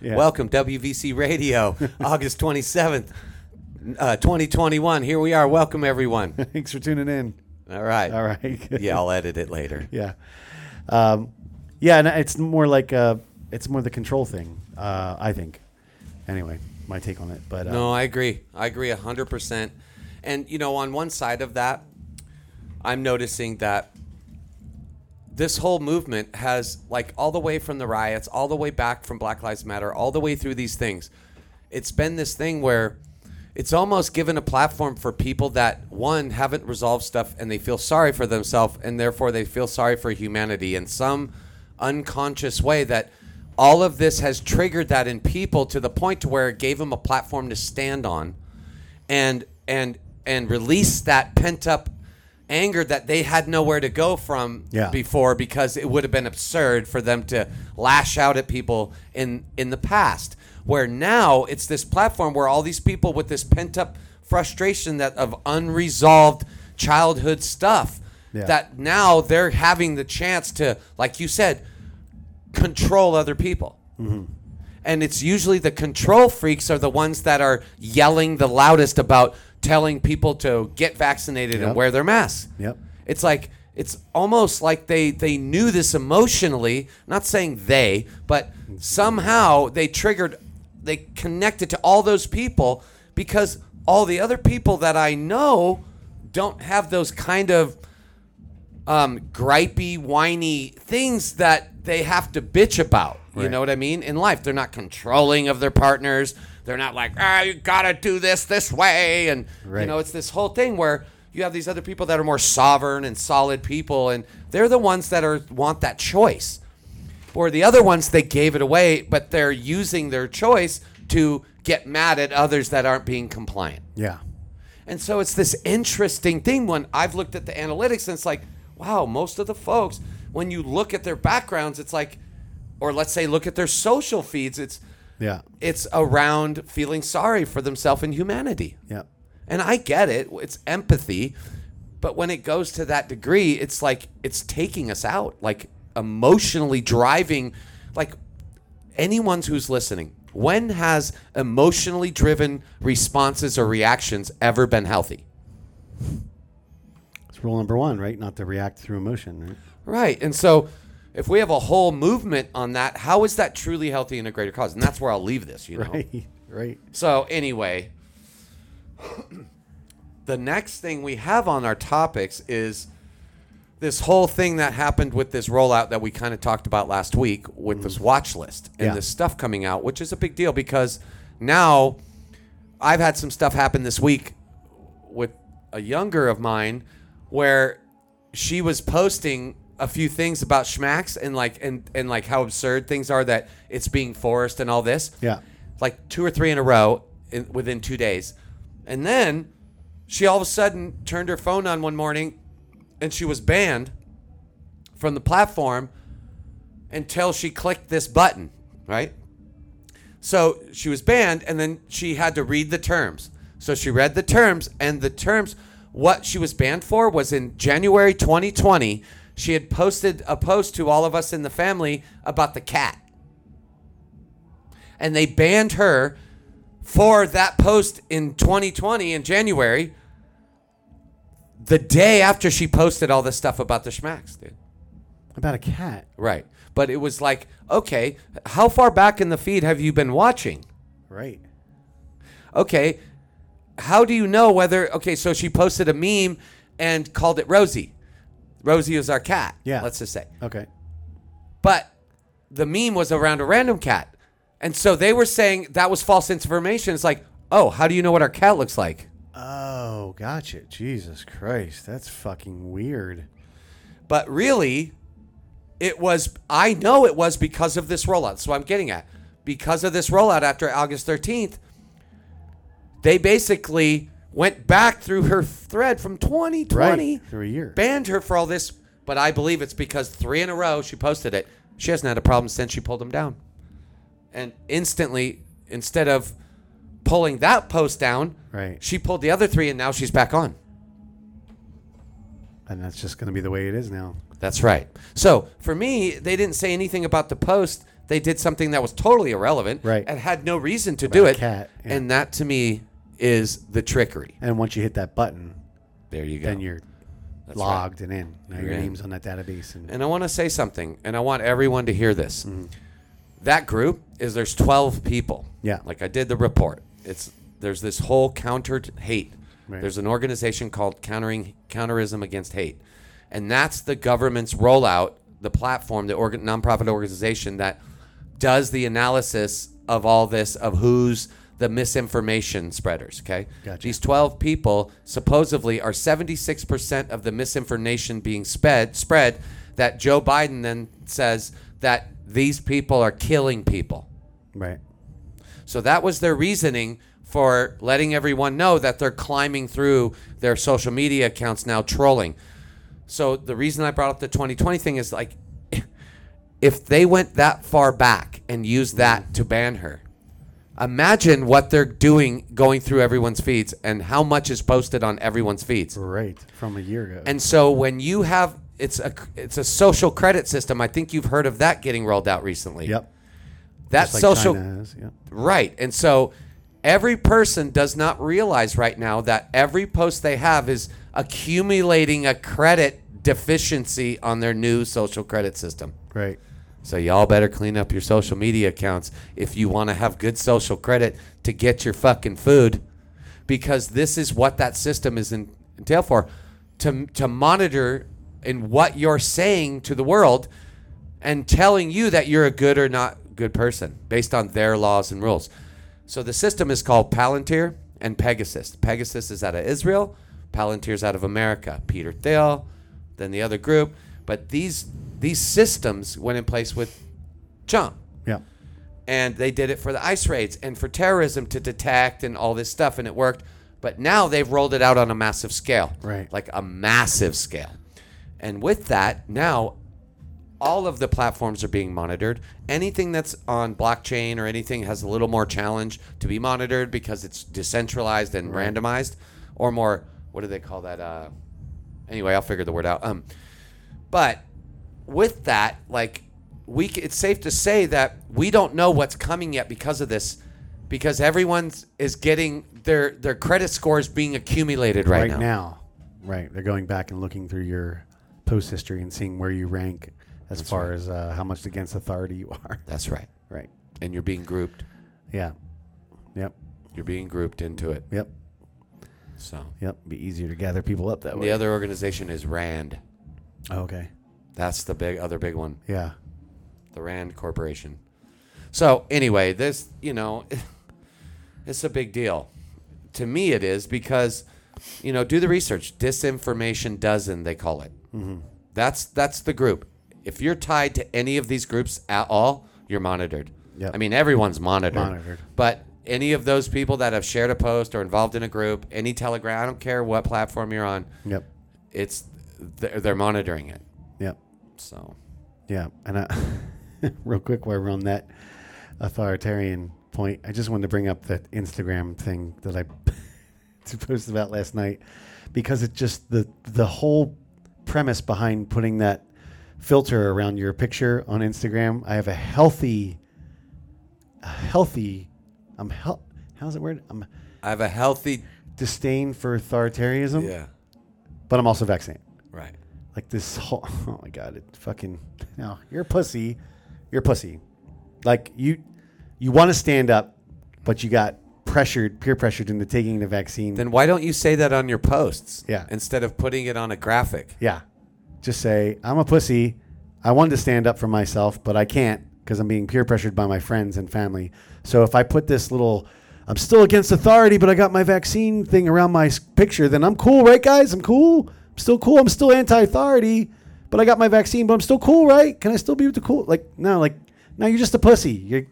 Yeah. Welcome, WVC Radio, August 27th, uh, 2021. Here we are. Welcome, everyone. Thanks for tuning in. All right. All right. Yeah, I'll edit it later. yeah. Um, yeah, and it's more like uh, it's more the control thing, uh, I think. Anyway, my take on it. But uh, No, I agree. I agree 100%. And, you know, on one side of that, I'm noticing that this whole movement has, like, all the way from the riots, all the way back from Black Lives Matter, all the way through these things, it's been this thing where it's almost given a platform for people that, one, haven't resolved stuff and they feel sorry for themselves and therefore they feel sorry for humanity in some unconscious way that all of this has triggered that in people to the point to where it gave them a platform to stand on and and and release that pent up anger that they had nowhere to go from Yeah. before because it would have been absurd for them to lash out at people in in the past where now it's this platform where all these people with this pent up frustration that of unresolved childhood stuff Yeah. that now they're having the chance to like you said control other people. And it's usually the control freaks are the ones that are yelling the loudest about telling people to get vaccinated Yep. and wear their masks. Yep. It's like it's almost like they they knew this emotionally, not saying they, but somehow they triggered they connected to all those people because all the other people that I know don't have those kind of um, gripey, whiny things that they have to bitch about. You Right. know what I mean? In life, they're not controlling of their partners. They're not like, ah, you gotta do this this way, and you Right. know, it's this whole thing where you have these other people that are more sovereign and solid people, and they're the ones that are want that choice. Or the other ones, they gave it away, but they're using their choice to get mad at others that aren't being compliant. yeah. And so it's this interesting thing when I've looked at the analytics and it's like, wow, most of the folks, when you look at their backgrounds, it's like, or let's say look at their social feeds, it's Yeah. it's around feeling sorry for themselves and humanity. Yeah. And I get it, it's empathy, but when it goes to that degree, it's like it's taking us out, like emotionally driving like anyone who's listening. When has emotionally driven responses or reactions ever been healthy? It's rule number one, right? Not to react through emotion. Right? Right. And so if we have a whole movement on that, how is that truly healthy in a greater cause? And that's where I'll leave this, you know. Right. Right. So anyway, the next thing we have on our topics is this whole thing that happened with this rollout that we kind of talked about last week with this watch list and Yeah. this stuff coming out, which is a big deal because now I've had some stuff happen this week with a younger of mine where she was posting a few things about schmacks and like and and like how absurd things are that it's being forced and all this Yeah. like two or three in a row in, within two days. And then she all of a sudden turned her phone on one morning and she was banned from the platform until she clicked this button, right? So she was banned and then she had to read the terms. So she read the terms and the terms what she was banned for was in January 2020 she had posted a post to all of us in the family about the cat and they banned her for that post in 2020 in January, the day after she posted all this stuff about the schmacks, dude. About a cat. Right. But it was like, okay, how far back in the feed have you been watching? Right. Okay, how do you know whether, okay, so she posted a meme and called it Rosie. Rosie is our cat. Yeah. Let's just say. Okay. But the meme was around a random cat. And so they were saying that was false information. It's like, oh, how do you know what our cat looks like? Oh, gotcha. Jesus Christ. That's fucking weird. But really, it was, I know it was because of this rollout. So I'm getting at. Because of this rollout after August 13th, they basically went back through her thread from 2020, Right. Through a year. banned her for all this. But I believe it's because three in a row she posted it. She hasn't had a problem since she pulled them down. And instantly, instead of pulling that post down, Right. she pulled the other three and now she's back on. And that's just going to be the way it is now. That's right. So for me, they didn't say anything about the post They did something that was totally irrelevant Right. and had no reason to do a it. cat, yeah. And that to me is the trickery. And once you hit that button, There you go. then you're That's right. logged and in. Now your You're in. name's on that database. And, And I want to say something, and I want everyone to hear this. Mm-hmm. That group is there's 12 people. Yeah. Like I did the report. It's there's this whole counter to hate. Right. There's an organization called Countering Counterism Against Hate, and that's the government's rollout, the platform, the organ, nonprofit organization that does the analysis of all this of who's the misinformation spreaders. Okay. Gotcha. These 12 people supposedly are 76% of the misinformation being sped, spread that Joe Biden then says that these people are killing people. right. So that was their reasoning for letting everyone know that they're climbing through their social media accounts now trolling. So the reason I brought up the 2020 thing is like if they went that far back and used that to ban her. Imagine what they're doing going through everyone's feeds and how much is posted on everyone's feeds. Right. From a year ago. And so when you have it's a it's a social credit system, I think you've heard of that getting rolled out recently. yep. That Just like social China has, yep. Right. And so every person does not realize right now that every post they have is accumulating a credit deficiency on their new social credit system. Right. So y'all better clean up your social media accounts if you want to have good social credit to get your fucking food because this is what that system is in, entailed for to to monitor in what you're saying to the world and telling you that you're a good or not good person based on their laws and rules. So the system is called Palantir and Pegasus. Pegasus is out of Israel, Palantir's out of America. Peter Thiel, then the other group, but these these systems went in place with Trump Yep. and they did it for the ice raids and for terrorism to detect and all this stuff and it worked but now they've rolled it out on a massive scale Right. like a massive scale and with that now all of the platforms are being monitored anything that's on blockchain or anything has a little more challenge to be monitored because it's decentralized and randomized or more what do they call that uh anyway i'll figure the word out um but with that, like we, c- it's safe to say that we don't know what's coming yet because of this, because everyone is getting their their credit scores being accumulated right, Right now. Right. They're going back and looking through your post history and seeing where you rank as far as uh, how much against authority you are. That's right, right. and you're being grouped. Yeah. Yep. You're being grouped into it. Yep. So Yep. Be easier to gather people up that way. Oh, the other organization is Rand. Okay. That's the big other big one, Yeah. the Rand Corporation. So anyway, this you know, it's a big deal. To me, it is because you know, do the research. Disinformation dozen, they call it. Mm-hmm. That's that's the group. If you're tied to any of these groups at all, you're monitored. Yep. I mean, everyone's monitored. Monitored. But any of those people that have shared a post or involved in a group, any Telegram, I don't care what platform you're on, Yep. it's they're, they're monitoring it. Yep. So Yeah, and I, real quick while we're on that authoritarian point, I just wanted to bring up that Instagram thing that I posted about last night because it just the the whole premise behind putting that filter around your picture on Instagram. I have a healthy, a healthy, I'm hel- how's it word? I'm I have a healthy. disdain for authoritarianism, Yeah. but I'm also vaccinated Right. like this whole oh my god it fucking no you're a pussy you're a pussy like you you want to stand up but you got pressured peer pressured into taking the vaccine Then why don't you say that on your posts? Yeah. Instead of putting it on a graphic. yeah just say i'm a pussy i wanted to stand up for myself but i can't because i'm being peer pressured by my friends and family so if i put this little i'm still against authority but i got my vaccine thing around my s- picture then i'm cool right guys i'm cool i'm still cool i'm still anti-authority but i got my vaccine but i'm still cool right can i still be with the cool like no like no you're just a pussy you're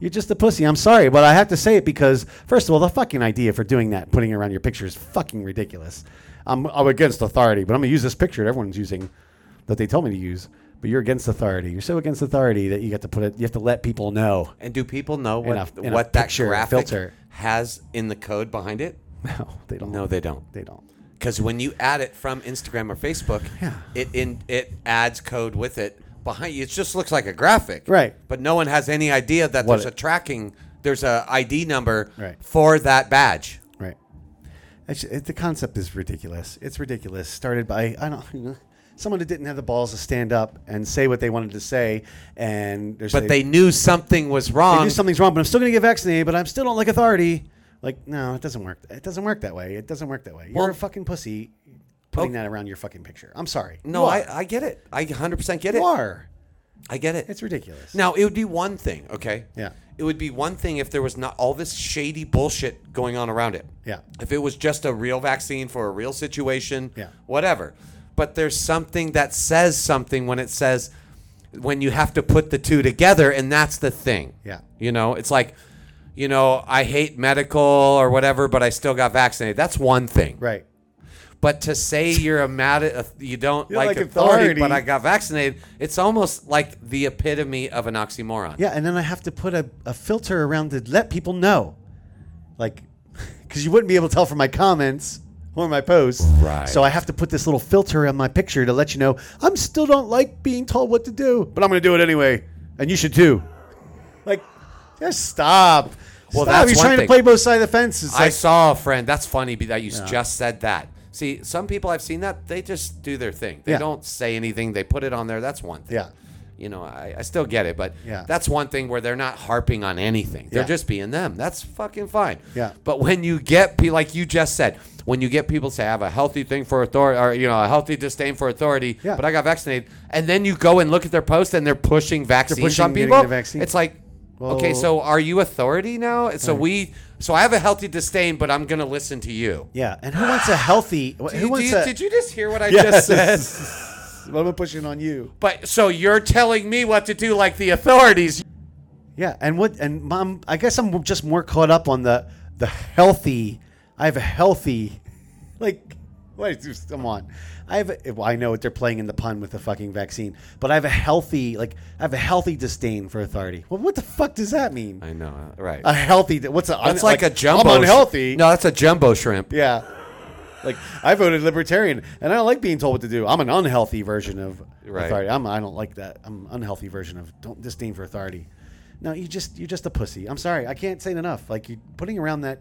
you're just a pussy. I'm sorry, but I have to say it because, first of all, the fucking idea for doing that, putting it around your picture, is fucking ridiculous. I'm, I'm against authority, but I'm going to use this picture that everyone's using that they told me to use. But you're against authority. You're so against authority that you got to put it, you have to let people know. And do people know what, a- in a what that picture graphic filter. has in the code behind it? No, they don't. No, they don't. They don't. Because when you add it from Instagram or Facebook, Yeah. it in it adds code with it, behind you. It just looks like a graphic, Right. But no one has any idea that What there's it- a tracking, there's a ID number Right. for that badge. Right. It's, it, the concept is ridiculous. It's ridiculous. Started by I don't someone who didn't have the balls to stand up and say what they wanted to say, and they're But they knew something was I wrong. knew something's wrong, but I'm still going to get vaccinated, but I'm still don't like authority. Like, no, it doesn't work. It doesn't work that way. It doesn't work that way. You're Well- a fucking pussy putting Oh. that around your fucking picture. I'm sorry. no, You I, are. I get it. I 100% get You it. are. I get it. It's ridiculous. Now it would be one thing, okay? Yeah. It would be one thing if there was not all this shady bullshit going on around it. Yeah. If it was just a real vaccine for a real situation. Yeah. Whatever. But there's something that says something when it says when you have to put the two together, and that's the thing. Yeah. You know, it's like, you know, I hate medical or whatever, but I still got vaccinated. That's one thing. Right. But to say you're a mad, uh, you don't You don't like, like authority, authority. but I got vaccinated, it's almost like the epitome of an oxymoron. Yeah, and then I have to put a, a filter around to let people know. Like, because you wouldn't be able to tell from my comments or my posts. Right. So I have to put this little filter on my picture to let you know I'm still don't like being told what to do, but I'm going to do it anyway. And you should too. Like, just stop. Well, stop. that's You're one trying thing. to play both sides of the fence. It's I like, saw a friend. That's funny be- that you s- just said that. See, some people I've seen that they just do their thing. They Yeah. don't say anything. They put it on there. That's one thing. Yeah. You know, I, I still get it, but Yeah. that's one thing where they're not harping on anything. They're Yeah. just being them. That's fucking fine. Yeah. But when you get pe- like you just said, when you get people say I have a healthy thing for authority or you know, a healthy disdain for authority, Yeah. but I got vaccinated, and then you go and look at their post and they're pushing vaccines pushing on getting people. the vaccine. It's like okay, Well- so are you authority now? So we, so I have a healthy disdain, but I'm gonna listen to you. yeah. And who wants a healthy? Who Did- wants did, a? did you just hear what I just Yes. said? What am I pushing on you? But so you're telling me what to do, like the authorities? Yeah, and what and mom, I guess I'm just more caught up on the the healthy. I have a healthy, like, wait, just- come on. I have. A, well, I know what they're playing in the pun with the fucking vaccine, but I have a healthy, like, I have a healthy disdain for authority. Well, what the fuck does that mean? I know, right? A healthy. What's a? that's like, a jumbo. I'm unhealthy. No, that's a jumbo shrimp. Yeah. Like I voted libertarian, and I don't like being told what to do. I'm an unhealthy version of Right. authority. I'm, I don't like that. I'm unhealthy version of don't disdain for authority. No, you just you're just a pussy. I'm sorry. I can't say it enough. Like you putting around that,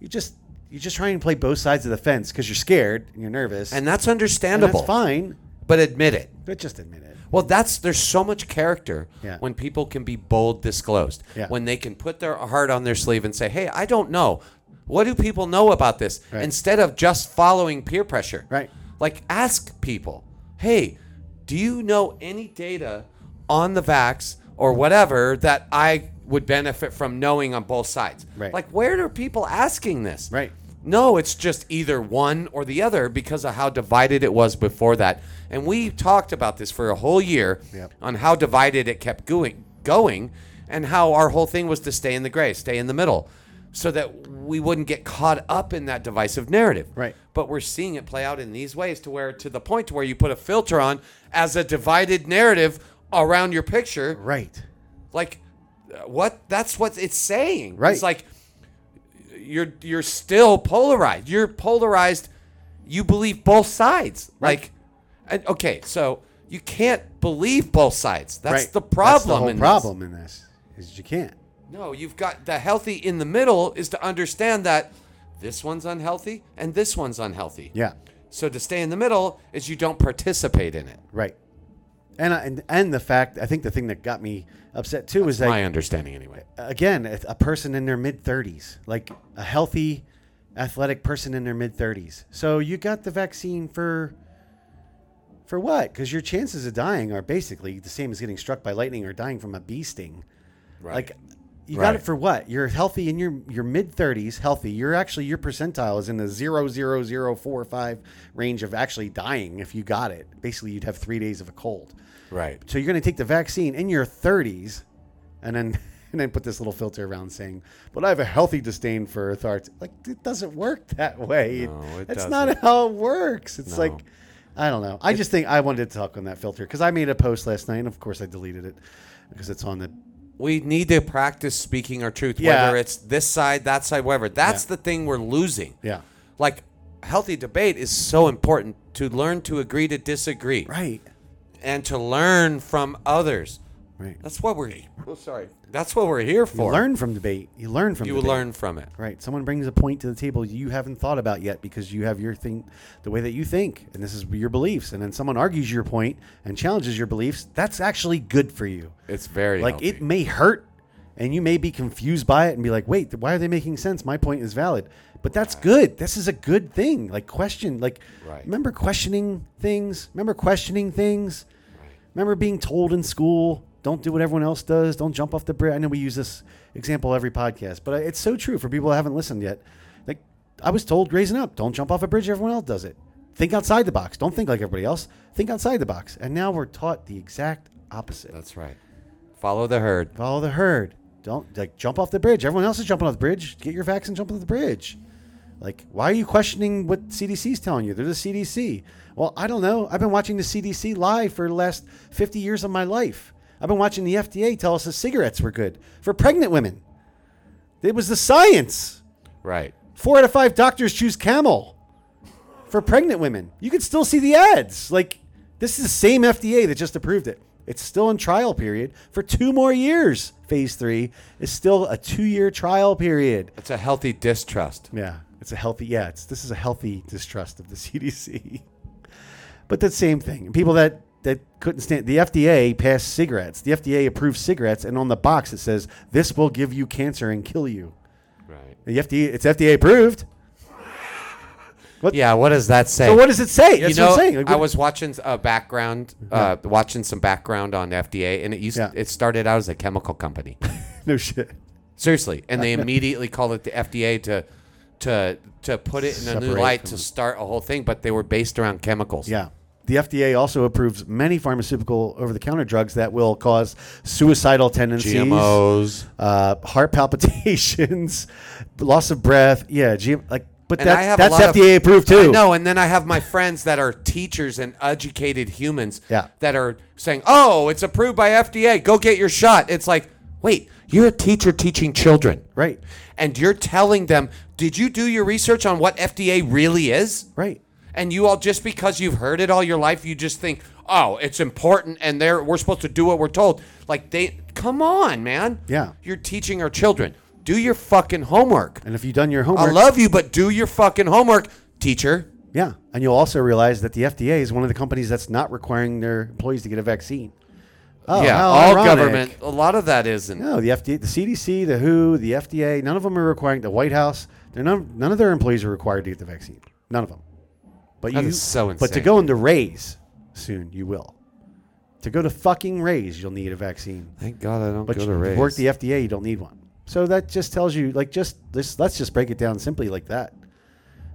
you just you're just trying to play both sides of the fence because you're scared and you're nervous, And that's And understandable. that's fine. But admit it. But just admit it. Well, that's there's so much character Yeah. when people can be bold, disclosed. Yeah. When they can put their heart on their sleeve and say, "Hey, I don't know. What do people know about this?" Right. Instead of just following peer pressure. Right. Like ask people, "Hey, do you know any data on the vax or whatever that I would benefit from knowing on both sides?" Right. Like where are people asking this? Right. No, it's just either one or the other because of how divided it was before that. And we talked about this for a whole year Yep. on how divided it kept going, going, and how our whole thing was to stay in the gray, stay in the middle, so that we wouldn't get caught up in that divisive narrative. Right. But we're seeing it play out in these ways to where to the point to where you put a filter on as a divided narrative around your picture Right. like uh, what that's what it's saying Right. it's like you're you're still polarized you're polarized you believe both sides Right. like and okay so you can't believe both sides that's right. the That's problem the whole in this. problem in this is you can't. no you've got the healthy in the middle is to understand that this one's unhealthy and this one's unhealthy Yeah. so to stay in the middle is you don't participate in it Right. And, I, and and the fact I think the thing that got me upset too was that my understanding anyway again, a a person in their mid 30s, like a healthy, athletic person in their mid 30s. So you got the vaccine for for what? Because your chances of dying are basically the same as getting struck by lightning or dying from a bee sting. right Like you Right. got it for what? You're healthy in your your mid 30s, healthy. You're actually your percentile is in the 00045 range of actually dying if you got it. Basically, you'd have 3 days of a cold. right So you're going to take the vaccine in your 30s, and then and then put this little filter around saying, "But I have a healthy disdain for authority." Like it doesn't work that way. No, it That's doesn't. not how it works. It's No. like I don't know. I just think I wanted to talk on that filter because I made a post last night, and of course I deleted it because it's on the We need to practice speaking our truth, Yeah. whether it's this side, that side, whatever. That's the thing we're losing. yeah Like, healthy debate is so important to learn to agree to disagree. right. and to learn from others. Right. That's what we're. Oh, sorry. That's what we're here You for. learn from debate. You learn from You debate. learn from it. Right. Someone brings a point to the table you haven't thought about yet because you have your thing, the way that you think, and this is your beliefs. And then someone argues your point and challenges your beliefs. That's actually good for you. It's very like it may hurt, and you may be confused by it and be like, "Wait, why are they making sense? My point is valid." But that's good. This is a good thing. Like question, like Right. remember questioning things. Remember questioning things. Remember being told in school, don't do what everyone else does. Don't jump off the bridge. I know we use this example every podcast, but it's so true for people that haven't listened yet. Like, I was told raising up, don't jump off a bridge. Everyone else does it. Think outside the box. Don't think like everybody else. Think outside the box. And now we're taught the exact opposite. That's right. Follow the herd. Follow the herd. Don't like jump off the bridge. Everyone else is jumping off the bridge. Get your vaccine, jump off the bridge. Like, why are you questioning what CDC's telling you? They're the CDC. Well, I don't know. I've been watching the CDC live for the last 50 years of my life. I've been watching the FDA tell us that cigarettes were good for pregnant women. It was the science. Right. Four out of five doctors choose Camel for pregnant women. You can still see the ads. Like this is the same FDA that just approved it. It's still in trial period for two more years. Phase three is still a two-year trial period. It's a healthy distrust. Yeah, it's a healthy. Yeah, it's this is a healthy distrust of the CDC. but that same thing. People that that couldn't stand the FDA passed cigarettes. The FDA approved cigarettes, and on the box it says this will give you cancer and kill you. Right. The FDA, it's FDA approved. Yeah. What does that say? So what does it say? you That's know, what I'm saying. Like, I what- was watching a background, uh, watching some background on FDA, and it used Yeah. it started out as a chemical company. no shit. Seriously, and they immediately called it the FDA to to to put it in a new Separate light from to start a whole thing, but they were based around chemicals. Yeah. The FDA also approves many pharmaceutical over-the-counter drugs that will cause suicidal tendencies, GMOs. uh, heart palpitations, loss of breath. Yeah, G- like, but And I that's, have a that's lot of- FDA approved too. No, and then I have my friends that are teachers and educated humans Yeah. that are saying, "Oh, it's approved by FDA. Go get your shot." It's like, "Wait, you're a teacher teaching children." Right. And you're telling them, "Did you do your research on what FDA really is?" Right. And you all just because you've heard it all your life, you just think, "Oh, it's important and they're we're supposed to do what we're told." Like they come on, man. Yeah. You're teaching our children. Do your fucking homework. And if you've done your I homework, love you, but do your fucking homework, teacher. yeah, and you'll also realize that the FDA is one of the companies that's not requiring their employees to get a vaccine. Oh, yeah, how all ironic. government. A lot of that isn't. No, the FDA, the CDC, the WHO, the FDA, none of them are requiring the White House. They're none, none of their employees are required to get the vaccine. None of them. But That you, is so But to insane. go into raise soon, you will. To go to fucking raise, you'll need a vaccine. Thank God I don't But go you to raise. work the FDA, you don't need one. So that just tells you, like, just this. Let's just break it down simply like that.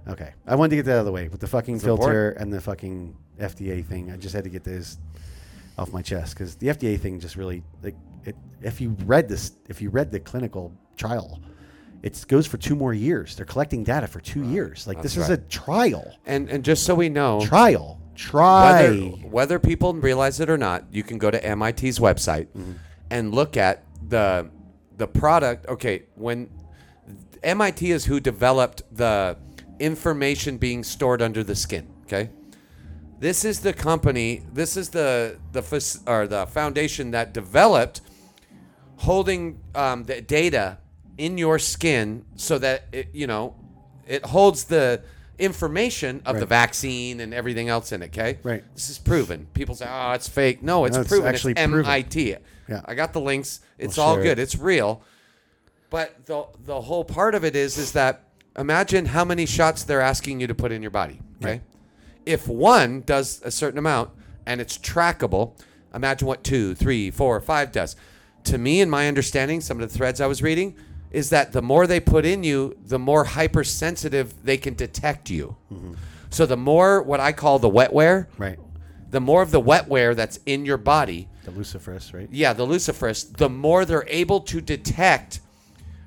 Okay, I wanted to get that out of the way with the fucking filter important. and the fucking FDA thing. I just had to get this off my chest because the FDA thing just really like it. If you read this, if you read the clinical trial, it goes for two more years. They're collecting data for two years. Like this is right. a trial, and and just so we know, trial, whether, try. whether people realize it or not, you can go to MIT's website and look at the the product. Okay, when MIT is who developed the information being stored under the skin. Okay, this is the company. This is the the fas- or the foundation that developed holding um, the data in your skin so that it, you know it holds the information of the vaccine and everything else in it. Okay, Right. This is proven. People say, "Oh, it's fake." No, it's, No, it's proven. actually it's proven. MIT. Yeah. I got the links. It's We'll all share good. it. It's real. But the the whole part of it is is that imagine how many shots they're asking you to put in your body. Okay. If one does a certain amount and it's trackable, imagine what two, three, four, five does. To me and my understanding, some of the threads I was reading, is that the more they put in you, the more hypersensitive they can detect you. So the more what I call the wetware, Right, the more of the wetware that's in your body, the luciferous, right? yeah, the luciferous, the more they're able to detect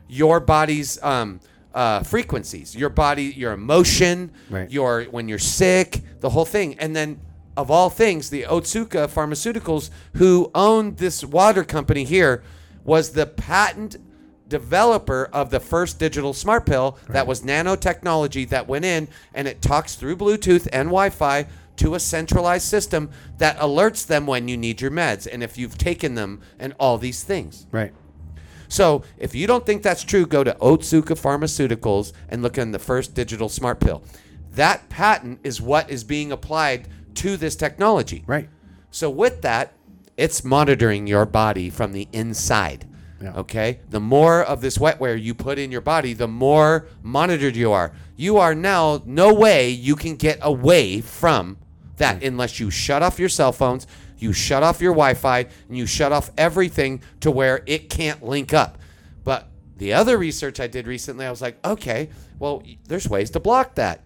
your body's um, uh, frequencies, your body, your emotion, Right. your when you're sick, the whole thing. And then, of all things, the Otsuka Pharmaceuticals, who owned this water company here, was the patent developer of the first digital smart pill that was nanotechnology that went in and it talks through Bluetooth and Wi-Fi to a centralized system that alerts them when you need your meds and if you've taken them and all these things. Right. So if you don't think that's true, go to Otsuka Pharmaceuticals and look on the first digital smart pill. That patent is what is being applied to this technology. Right. So with that, it's monitoring your body from the inside. Yeah. Okay? The more of this wetware you put in your body, the more monitored you are. You are now no way you can get away from that unless you shut off your cell phones, you shut off your Wi-Fi, and you shut off everything to where it can't link up. But the other research I did recently, I was like, okay, well, y- there's ways to block that.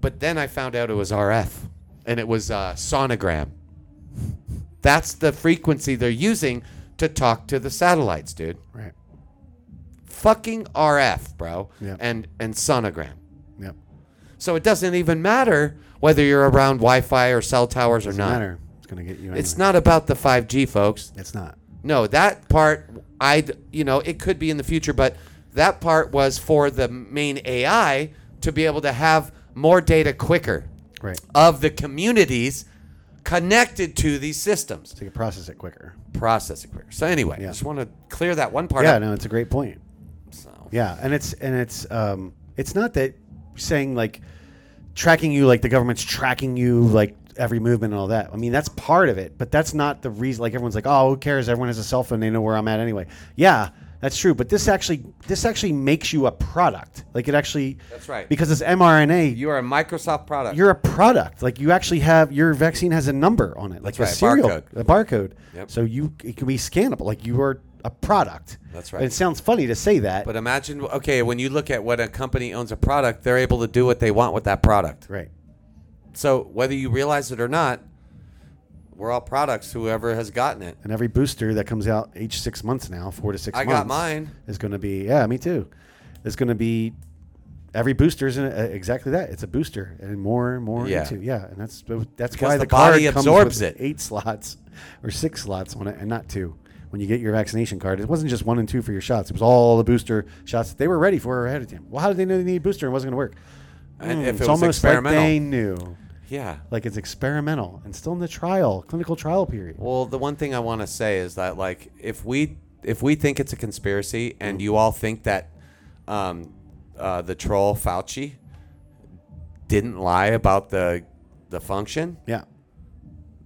But then I found out it was RF, and it was uh, sonogram. That's the frequency they're using to talk to the satellites, dude. Right. Fucking RF, bro, Yeah. and and sonogram. Yep. So it doesn't even matter whether you're around Wi-Fi or cell towers or not. Matter. It's gonna get you. Anyway. It's not about the 5G, folks. It's not. No, that part I you know, it could be in the future, but that part was for the main AI to be able to have more data quicker Right. of the communities connected to these systems. So you can process it quicker. process it quicker. So anyway, I Yeah. just want to clear that one part Yeah. up. No, it's a great point. So. Yeah, and it's and it's um, it's not that saying like tracking you like the government's tracking you like every movement and all that. I mean that's part of it, but that's not the reason. Like everyone's like, oh, who cares? Everyone has a cell phone; they know where I'm at anyway. Yeah, that's true. But this actually this actually makes you a product. Like it actually That's right. because it's mRNA. You are a Microsoft product. you're a product. Like you actually have your vaccine has a number on it, like That's right, a serial, barcode. a barcode. Yep. So you it can be scannable. Like you are a product. That's right. it sounds funny to say that, but imagine, okay, when you look at what a company owns a product, they're able to do what they want with that product. right? So whether you realize it or not, we're all products. Whoever has gotten it, And every booster that comes out each six months now, four to six I months. got mine. Is going to be, yeah, me too. It's going to be, every booster is uh, exactly that. It's a booster and more and more Yeah. into. Yeah. And that's that's Because why the the, card body comes absorbs it. with Eight slots or six slots on it and not two. When you get your vaccination card, it wasn't just one and two for your shots. It was all the booster shots that they were ready for ahead of time. Well, how did they know they needed a booster and it wasn't going to work? And Hmm, if it it's was almost experimental, like they knew. yeah. Like it's experimental and still in the trial, clinical trial period. Well, the one thing I want to say is that like if we if we think it's a conspiracy and you all think that um, uh, the troll Fauci didn't lie about the the function, Yeah.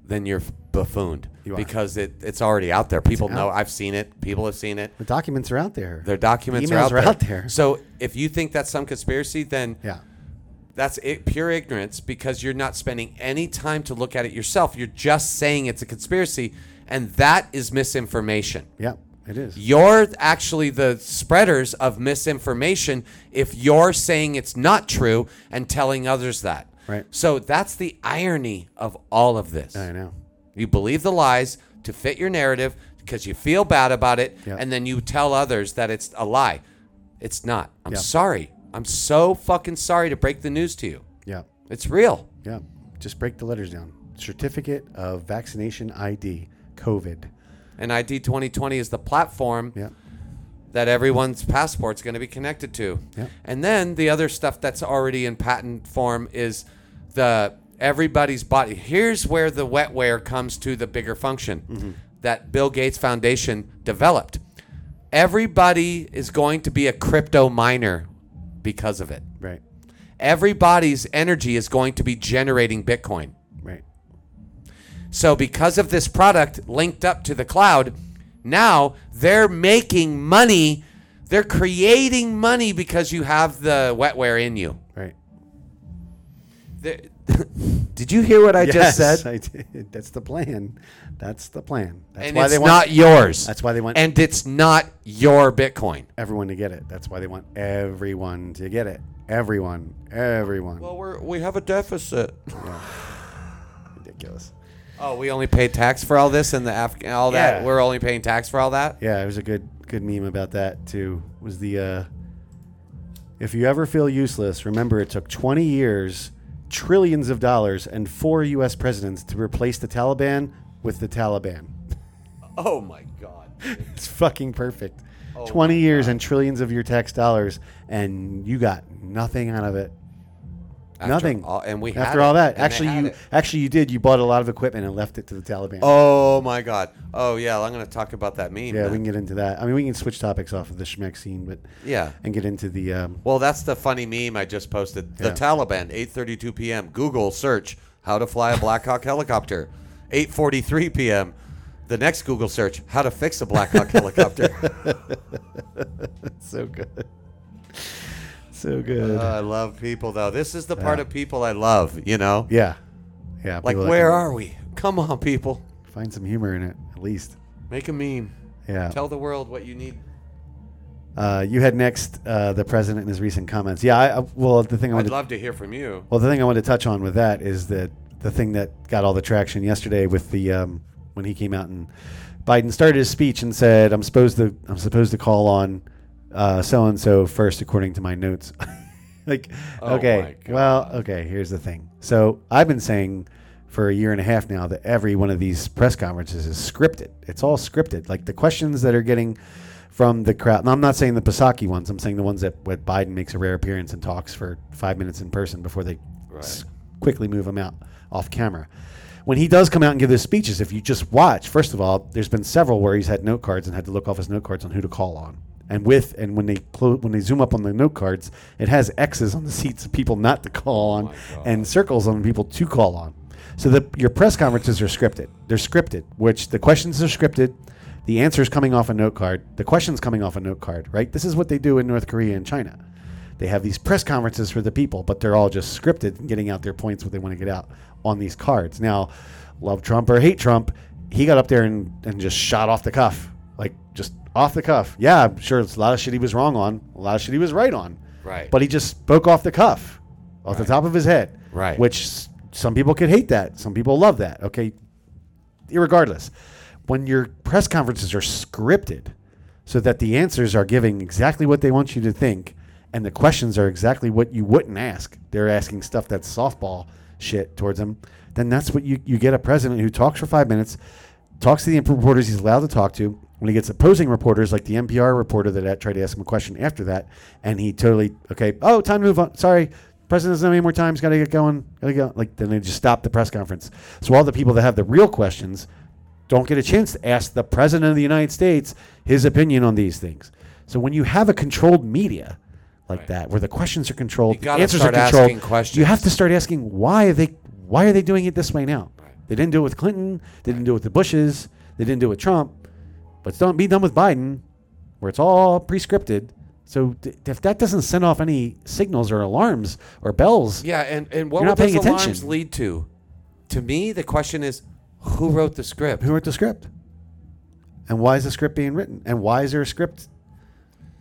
then you're buffooned You are. because it, it's already out there. People It's know. out. I've seen it. People have seen it. The documents are out there. Their documents are, Emails out, are there. out there. So if you think that's some conspiracy, then Yeah. that's it, pure ignorance because you're not spending any time to look at it yourself. You're just saying it's a conspiracy, and that is misinformation. Yeah. It is. You're actually the spreaders of misinformation if you're saying it's not true and telling others that. Right. So that's the irony of all of this. I know. You believe the lies to fit your narrative because you feel bad about it, Yeah. and then you tell others that it's a lie. It's not. I'm Yeah. sorry. I'm so fucking sorry to break the news to you. Yeah. It's real. Yeah. Just break the letters down. Certificate of vaccination ID, COVID. And ID 2020 is the platform Yeah. that everyone's passport's going to be connected to. Yeah. And then the other stuff that's already in patent form is the everybody's body. Here's where the wetware comes to the bigger function that Bill Gates Foundation developed. Everybody is going to be a crypto miner because of it. Right. Everybody's energy is going to be generating Bitcoin. Right. So because of this product linked up to the cloud, now they're making money. They're creating money because you have the wetware in you. Right. The- Did you hear what I just Yes, said? I did. That's the plan. That's the plan. That's and why it's they want not yours. That's why they want and it's not your Bitcoin. everyone to get it. That's why they want everyone to get it. Everyone. Everyone. we're, we have a deficit. Ridiculous. Oh, we only pay tax for all this and the Af- all that. Yeah. We're only paying tax for all that. Yeah, it was a good good meme about that too. Was the uh, if you ever feel useless, remember it took 20 years, trillions of dollars, and four U.S. presidents to replace the Taliban with the Taliban. Oh my god. It's fucking perfect. 20 years and trillions of your tax dollars, and you got nothing out of it. After Nothing. all- and we had after it, all that, and they actually, had you it. actually you did. You bought a lot of equipment and left it to the Taliban. Oh my God. Oh yeah. I'm gonna talk about that meme. yeah, man. we can get into that. I mean, we can switch topics off of the Schmeck scene, but Yeah. and get into the um, Well, that's the funny meme I just posted. The Yeah. Taliban, 8:32 p.m. Google search how to fly a Black Hawk helicopter. 8:43 p.m. The next Google search how to fix a Black Hawk helicopter. so good, so good. Uh, I love people though. This is the part of people I love, you know? yeah, yeah. Like people that where can are we? Come on people. find some humor in it at least. Make a meme. Yeah. Tell the world what you need. Uh, you had next uh, the president and his recent comments. Yeah, I, I, well, the thing I I'd wanted, love to hear from you. well, the thing I wanted to touch on with that is that the thing that got all the traction yesterday with the um, when he came out and Biden started his speech and said, "I'm supposed to I'm supposed to call on so and so first, according to my notes." like, Oh okay, my well, okay. Here's the thing. So I've been saying for a year and a half now that every one of these press conferences is scripted. It's all scripted. Like the questions that are getting from the crowd. And I'm not saying the Pasaki ones. I'm saying the ones that what Biden makes a rare appearance and talks for five minutes in person before they s- quickly move him out off camera. When he does come out and give those speeches, if you just watch, first of all, there's been several where he's had note cards and had to look off his note cards on who to call on. And with and when they clo- when they zoom up on the note cards, it has X's on the seats of people not to call on, and circles on people to call on. So the, your press conferences are scripted. They're scripted, which the questions are scripted. The answer's coming off a note card. The question's coming off a note card, right? This is what they do in North Korea and China. They have these press conferences for the people, but they're all just scripted and getting out their points, what they want to get out on these cards. Now, love Trump or hate Trump, he got up there and, and just shot off the cuff, like just off the cuff. Yeah, I'm sure it's a lot of shit he was wrong on, a lot of shit he was right on. Right. But he just spoke off the cuff, off the top of his head. Right. Which s- some people could hate that. Some people love that. Okay, irregardless, when your press conferences are scripted so that the answers are giving exactly what they want you to think and the questions are exactly what you wouldn't ask, they're asking stuff that's softball shit towards them, then that's what you, you get a president who talks for five minutes, talks to the reporters he's allowed to talk to. When he gets opposing reporters like the NPR reporter that a- tried to ask him a question after that, and he totally, okay, oh, time to move on. Sorry, President doesn't have any more time. He's got to get going. Got to go. Like then they just stop the press conference. So all the people that have the real questions don't get a chance to ask the president of the United States his opinion on these things. So when you have a controlled media like that, where the questions are controlled, You the gotta answers start are controlled, asking questions. you have to start asking why are they why are they doing it this way now? They didn't do it with Clinton. They didn't do it with the Bushes. They didn't do it with Trump. But don't be done with Biden, where it's all pre-scripted. So th- if that doesn't send off any signals or alarms or bells, Yeah, and, and what would You're not those paying alarms attention. lead to? To me, the question is who wrote the script? who wrote the script? And why is the script being written? And why is there a script?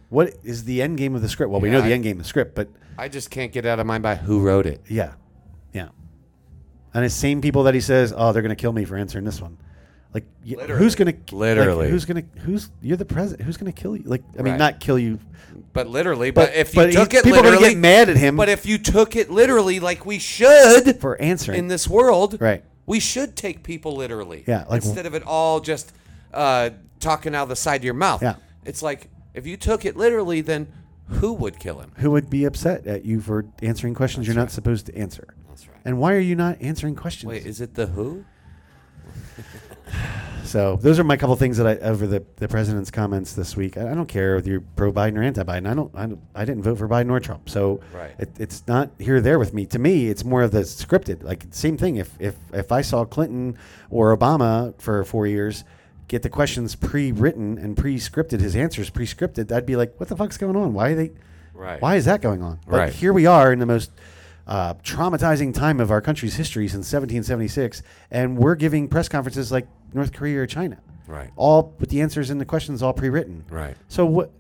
What is the end game of the script? Well, we Yeah, know the I- end game of the script, but I just can't get out of mind by who wrote it. yeah, yeah. And it's same people that he says, "Oh, they're going to kill me for answering this one." Like, y- who's going to Literally. who's going to who's you're the president? Who's going to kill you? Like, I mean, Right. not kill you, But literally, but, if you but he- took it people are literally, going to get mad at him but if you took it literally, like we should for answering. in this world, Right. We should take people literally. Yeah, like- instead of it all just uh, talking out of the side of your mouth. Yeah. It's like if you took it literally, then who would kill him? who would be upset at you for answering questions you're not supposed to answer? That's right. And why are you not answering questions? Wait, is it the who? So those are my couple things that I over the, the president's comments this week. I, I don't care if you're pro Biden or anti Biden. I don't, I don't. I didn't vote for Biden or Trump. So Right. it, it's not here or there with me. To me, it's more of the scripted. Like same thing. If if if I saw Clinton or Obama for four years get the questions pre written and pre scripted, his answers pre scripted, I'd be like, what the fuck's going on? Why are they? Right. Why is that going on? But Right. here we are in the most uh, traumatizing time of our country's history since 1776, and we're giving press conferences like North Korea or China, Right. all with the answers and the questions all pre-written. Right. So what?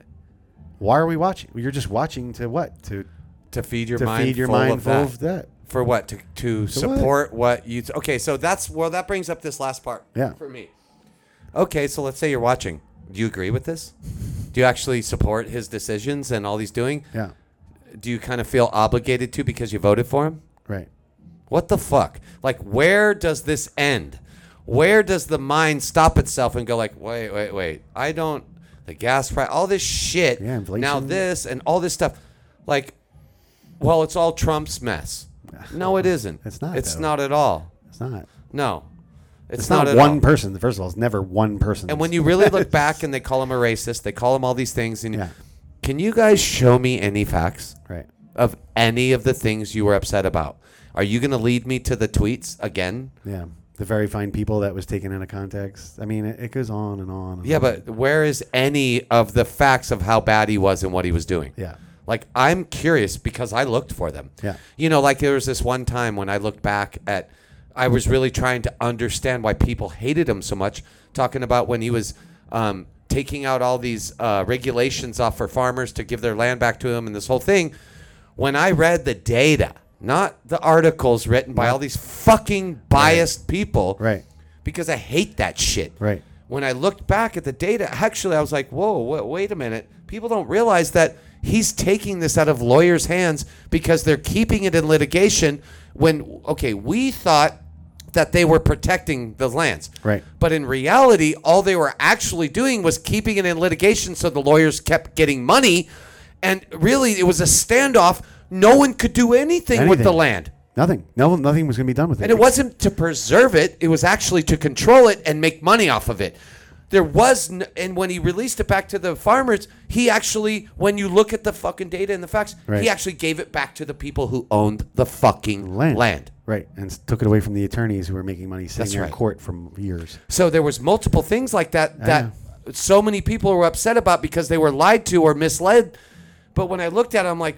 Why are we watching? You're just watching to what? To To feed your to mind. feed your full mind of full that. of that. For what? To, to what? support what? you. okay, so that's well. That brings up this last part. Yeah. For me. Okay, so let's say you're watching. Do you agree with this? Do you actually support his decisions and all he's doing? Yeah. Do you kind of feel obligated to because you voted for him? Right. What the fuck? Like, where does this end? Where does the mind stop itself and go like, wait, wait, wait? I don't. The gas price, all this shit. Yeah, inflation. Now this and all this stuff. Like, well, it's all Trump's mess. No, it isn't. It's not, It's though. not at all. It's not. No, it's, It's, not, not, at one all. person. First of all, it's never one person. And when you really look back, and they call him a racist, they call him all these things, and you- Yeah. can you guys show me any facts? right, of any of the things you were upset about. Are you going to lead me to the tweets again? yeah, the very fine people that was taken out of context. I mean, it, it goes on and on. And Yeah, on. but where is any of the facts of how bad he was and what he was doing? yeah, Like I'm curious because I looked for them. Yeah. You know, like there was this one time when I looked back at I was really trying to understand why people hated him so much, talking about when he was um, taking out all these uh, regulations off for farmers to give their land back to him and this whole thing. When I read the data, not the articles written by all these fucking biased people. Right. Because I hate that shit right. when I looked back at the data, actually, I was like, whoa, wait, wait a minute. People don't realize that he's taking this out of lawyers' hands because they're keeping it in litigation when, okay, we thought that they were protecting the lands. Right. But in reality, all they were actually doing was keeping it in litigation so the lawyers kept getting money. And really, it was a standoff. No one could do anything, with the Anything. land. Nothing. No, nothing was going to be done with it. And it wasn't to preserve it, it was actually to control it and make money off of it. There was, n- and when he released it back to the farmers, he actually, when you look at the fucking data and the facts, Right. he actually gave it back to the people who owned the fucking land. land. Right, and s- took it away from the attorneys who were making money sitting That's there in right. court from years. So there was multiple things like that that so many people were upset about because they were lied to or misled. But when I looked at it, I'm like,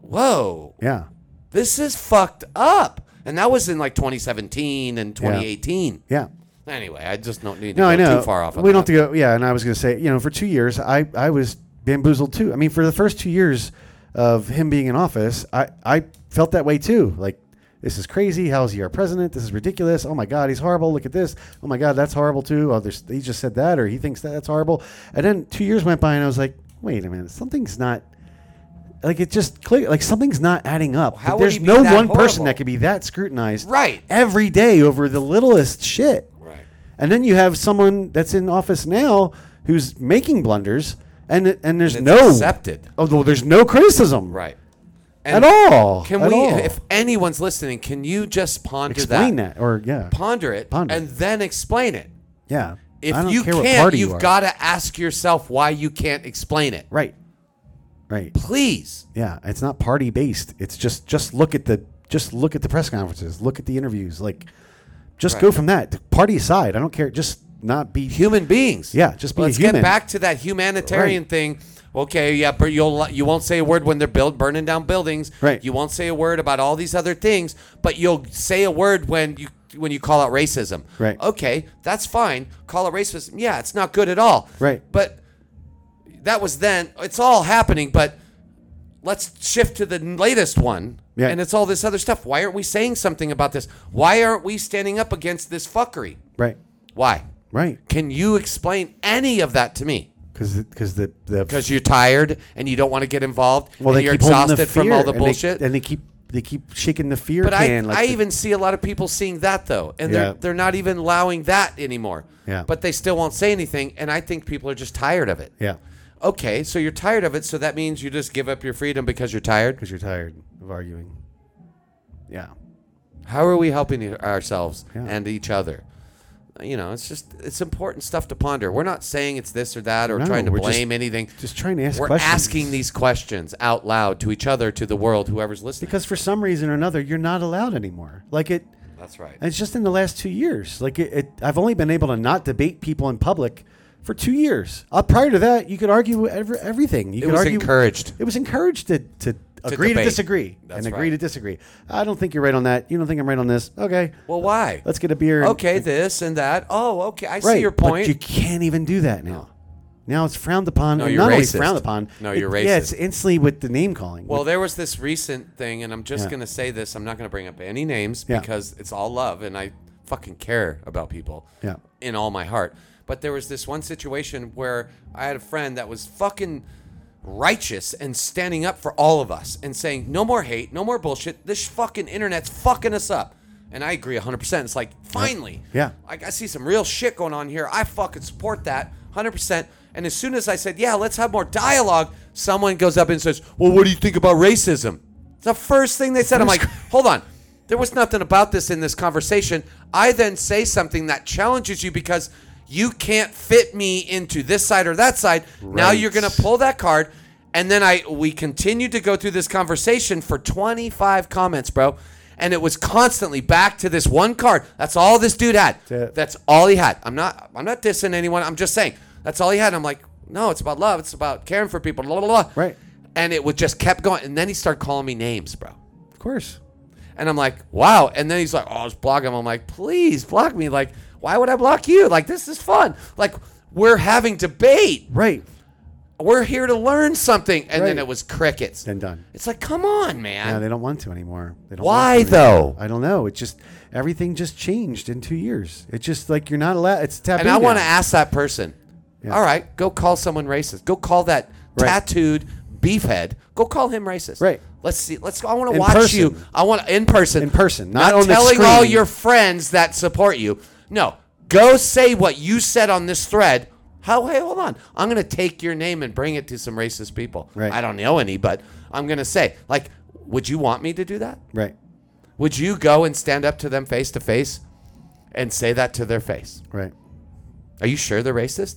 whoa, Yeah, this is fucked up. And that was in like 2017 and 2018. yeah. Anyway, I just don't need to No, go I know. too far off. on we don't that. have to go. Yeah, and I was going to say, you know, for two years, I I was bamboozled too. I mean, for the first two years of him being in office, I I felt that way too. Like, this is crazy. How's he our president? This is ridiculous. Oh my God, he's horrible. Look at this. Oh my God, that's horrible too. Oh, there's, he just said that, or he thinks that that's horrible. And then two years went by, and I was like, wait a minute, something's not. Like it just click like something's not adding up. How Like, would There's he be no one that person horrible? that could be that scrutinized Right. every day over the littlest shit. Right. And then you have someone that's in office now who's making blunders, and and there's It's no accepted. Oh, well, there's no criticism Right. at all. Can at we, all. if anyone's listening, can you just ponder explain that, that. or yeah, ponder it, Ponder. and then explain it? yeah? I If don't you care what can't, party you you've are. got to ask yourself why you can't explain it. right, right. Please. Yeah, it's not party based. It's just just look at the just look at the press conferences, look at the interviews, like just Right. go from that party aside. I don't care. Just not be Human beings. Yeah, just be a Let's human. get back to that humanitarian Right. thing. Okay, yeah, but you'll li- you won't say a word when they're build burning down buildings. Right. You won't say a word about all these other things, but you'll say a word when you when you call out racism. Right. Okay, that's fine. Call out racism. Yeah, it's not good at all. Right. But that was then. It's all happening, but let's shift to the latest one. Yeah. And it's all this other stuff. Why aren't we saying something about this? Why aren't we standing up against this fuckery? right, Why? right. Can you explain any of that to me? Because because the the Because you're tired and you don't want to get involved and you're holding exhausted from all the and they- bullshit. and they keep they keep shaking the fear but I, can. like I the- even see a lot of people seeing that though, and Yeah. they're they're not even allowing that anymore. Yeah. But they still won't say anything, and I think people are just tired of it. yeah, Okay, so you're tired of it, so that means you just give up your freedom because you're tired. because you're tired of arguing. Yeah, How are we helping e- ourselves Yeah. and each other? You know, it's just it's important stuff to ponder. We're not saying it's this or that or No, trying to we're just- blame anything. just trying to ask We're questions. asking these questions out loud to each other, to the world, whoever's listening. because for some reason or another, you're not allowed anymore. Like it, That's right. it's just in the last two years. Like it, it I've only been able to not debate people in public for two years. Uh, prior to that, you could argue every, everything. You It could was argue, encouraged. It was encouraged to, to, agree debate. to disagree That's and agree right. to disagree. I don't think you're right on that. You don't think I'm right on this. Okay, Well, why? let's get a beer. and- okay, this and that. Oh, okay. I see Right, your But point. you can't even do that now. Now it's frowned upon. No, and you're not only racist. frowned upon. No, it- you're racist. Yeah, it's instantly with the name calling. well, there was this recent thing, and I'm just Yeah. going to say this. I'm not going to bring up any names Yeah. because it's all love, and I fucking care about people Yeah. in all my heart. But there was this one situation where I had a friend that was fucking righteous and standing up for all of us and saying, no more hate, no more bullshit. This fucking internet's fucking us up. And I agree 100%. It's like, finally. Yeah. Like, I see some real shit going on here. I fucking support that 100%. And as soon as I said, yeah, let's have more dialogue, someone goes up and says, well, what do you think about racism? The first thing they said, I'm like, hold on. There was nothing about this in this conversation. I then say something that challenges you because you can't fit me into this side or that side. Now Right. you're going to pull that card. And then I we continued to go through this conversation for 25 comments, bro. And it was constantly back to this one card. That's all this dude had. That's it. That's all he had. I'm not I'm not dissing anyone. I'm just saying that's all he had. I'm like, no, it's about love. It's about caring for people. Blah blah blah. Right. And it would just kept going. And then he started calling me names, bro. Of course. And I'm like, wow. And then he's like, oh, just block him. I'm like, please block me. Like, why would I block you? Like, this is fun. Like, we're having debate. Right. We're here to learn something. And then Right. it was crickets. Then done. It's like, come on, man. Yeah, they don't want to anymore. They don't Why, want to anymore. though? I don't know. It just everything just changed in two years. It's just like you're not allowed. It's taboo. and I want to now. ask that person, Yeah. all right, go call someone racist. Go call that Right. tattooed beefhead. Go call him racist. Right. Let's see. Let's. I want to In watch person. you. I want in person. In person, not on the telling all screen. your friends that support you. No, go say what you said on this thread. How? Hey, hold on. I'm gonna take your name and bring it to some racist people. Right. I don't know any, but I'm gonna say like, would you want me to do that? Right. Would you go and stand up to them face to face, and say that to their face? Right. Are you sure they're racist?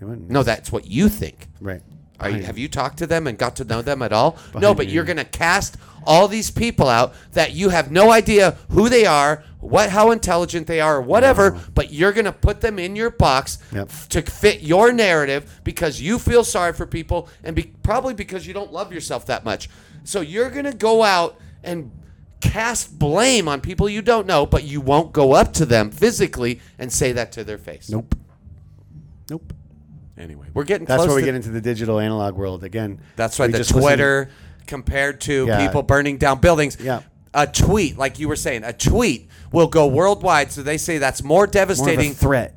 It wouldn't- No, that's what you think. Right. Are you, have you talked to them and got to know them at all? No, Behind but you. you're going to cast all these people out that you have no idea who they are, what how intelligent they are, or whatever. But you're going to put them in your box Yep. f- to fit your narrative because you feel sorry for people and be, probably because you don't love yourself that much. So you're going to go out and cast blame on people you don't know, but you won't go up to them physically and say that to their face. Nope. Nope. Anyway, we're getting That's close where we to get into the digital analog world again. That's why We the just listened- Twitter compared to Yeah. people burning down buildings. Yeah. A tweet, like you were saying, a tweet will go worldwide. So they say that's more more of a devastating. threat.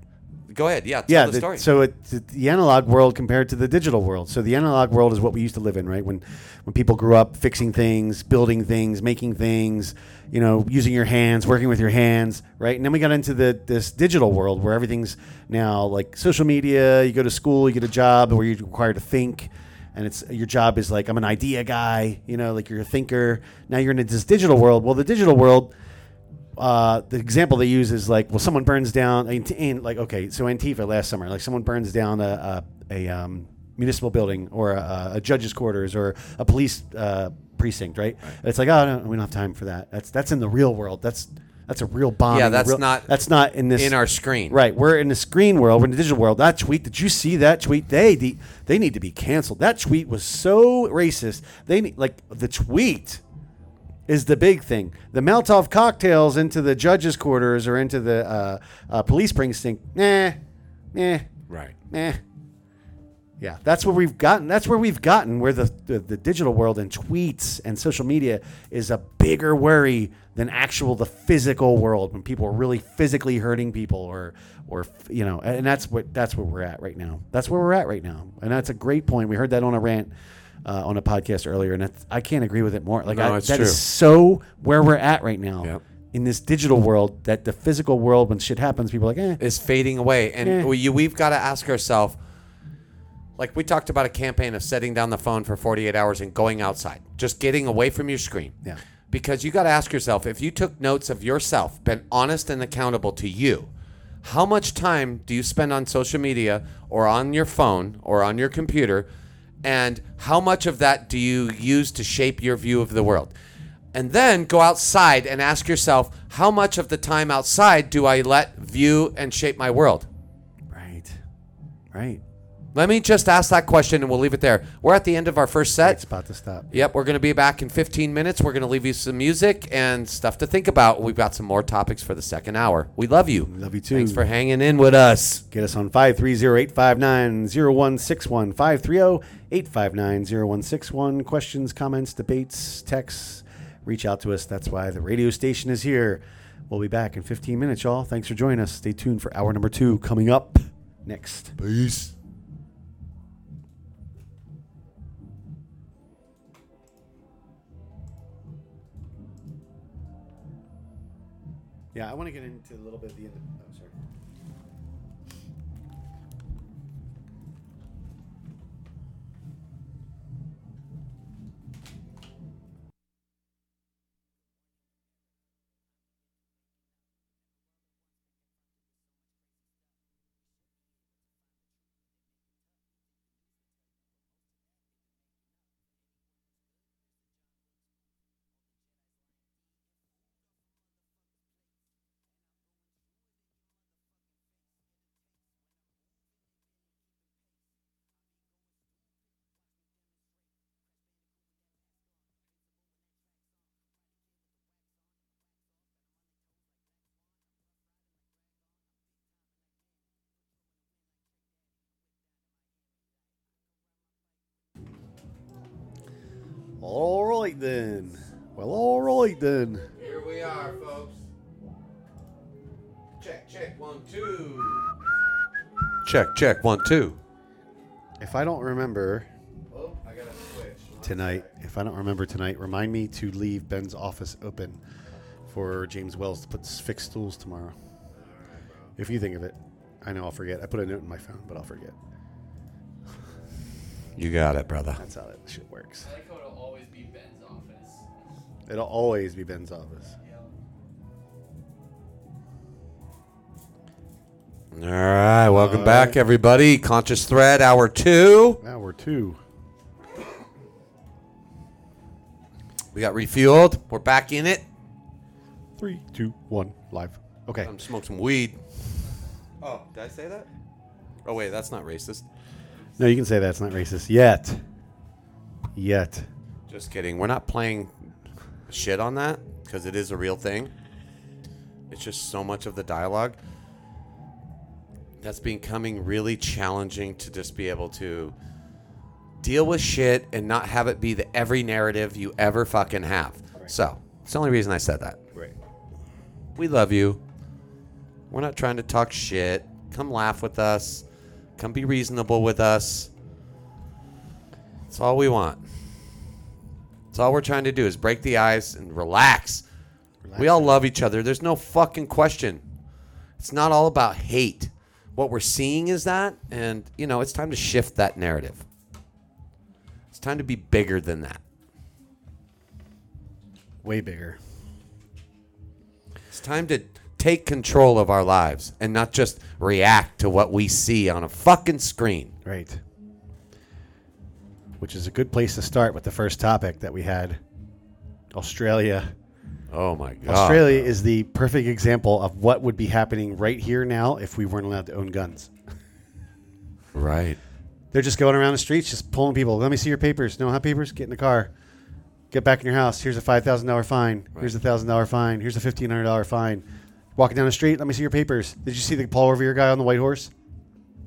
go ahead. Yeah. Tell yeah, the, the- story. So it, the- the analog world compared to the digital world. So the analog world is what we used to live in, right? When when people grew up fixing things, building things, making things, you know, using your hands, working with your hands, right? And then we got into the this digital world where everything's now like social media. You go to school, you get a job where you're required to think. And it's your job is like I'm an idea guy, you know, like you're a thinker. Now you're in this digital world. Well, the digital world, uh, the example they use is like, well, someone burns down, and, and like, okay, so Antifa last summer, like someone burns down a, a, a um, municipal building or a, a judge's quarters or a police uh, precinct, right? It's like, oh, no, we don't have time for that. That's that's in the real world. That's that's a real bomb. Yeah, that's real, not that's not in this in our screen. Right, we're in the screen world, we're in the digital world. That tweet, did you see that tweet? They the, they need to be canceled. That tweet was so racist. They need, like the tweet is the big thing. The Maltov cocktails into the judges' quarters or into the uh, uh, police precinct. Nah, nah, right. nah. Eh. Yeah, that's where we've gotten. That's where we've gotten where the, the the digital world and tweets and social media is a bigger worry than actual the physical world when people are really physically hurting people or or you know, and that's what that's where we're at right now. That's where we're at right now, and that's a great point. We heard that on a rant. Uh, on a podcast earlier, and that's, I can't agree with it more. Like No, I, it's that is true. so where we're at right now Yep. in this digital world. That the physical world, when shit happens, people are like, eh, Is fading away. And Yeah. we, we've got to ask ourselves like we talked about a campaign of setting down the phone for 48 hours and going outside, just getting away from your screen. Yeah. Because you got to ask yourself if you took notes of yourself, been honest and accountable to you, how much time do you spend on social media or on your phone or on your computer? And how much of that do you use to shape your view of the world? And then go outside and ask yourself, how much of the time outside do I let view and shape my world? right, right. Let me just ask that question and we'll leave it there. We're at the end of our first set. It's about to stop. Yep, we're going to be back in 15 minutes. We're going to leave you some music and stuff to think about. We've got some more topics for the second hour. We love you. Love you too. Thanks for hanging in with us. Get us on 530-859-0161, 530-859-0161. Questions, comments, debates, texts, reach out to us. That's why the radio station is here. We'll be back in 15 minutes, y'all. Thanks for joining us. Stay tuned for hour number two coming up next. Peace. Yeah, I want to get into a little bit of the end. oh, sorry. All right then. Well, all right then. Here we are, folks. Check, check, one, two. Check, check, one, two. If I don't remember Oh, I gotta switch. tonight, if I don't remember tonight, remind me to leave Ben's office open for James Wells to put s- fix stools tomorrow. If you think of it, I know I'll forget. I put a note in my phone, but I'll forget. You got it, brother. That's how that shit works. I like how it'll always be Ben's office. It'll always be Ben's office. All right, welcome back, everybody. Conscious Thread, hour two. Now we're two. We got refueled. We're back in it. Three, two, one, live. Okay. Um, I'm smoke some weed. Oh, did I say that? Oh wait, that's not racist. No, you can say that's not racist yet. Yet. Just kidding. We're not playing shit on that because it is a real thing. It's just so much of the dialogue that's becoming really challenging to just be able to deal with shit and not have it be the every narrative you ever fucking have. So it's the only reason I said that. Right. We love you. We're not trying to talk shit. Come laugh with us. Come be reasonable with us. That's all we want. That's all we're trying to do is break the ice and relax. We all love each other. There's no fucking question. It's not all about hate. What we're seeing is that, and you know, it's time to shift that narrative. It's time to be bigger than that. Way bigger. It's time to take control of our lives and not just react to what we see on a fucking screen. Right. Which is a good place to start with the first topic that we had. Australia. Oh my god. Australia is the perfect example of what would be happening right here now if we weren't allowed to own guns. Right. They're just going around the streets, just pulling people. Let me see your papers. No, how papers? Get in the car. Get back in your house. Here's a five thousand dollar fine. Here's a thousand dollar fine. Here's a fifteen hundred dollar fine. Walking down the street. Let me see your papers. Did you see the Paul Revere guy on the white horse?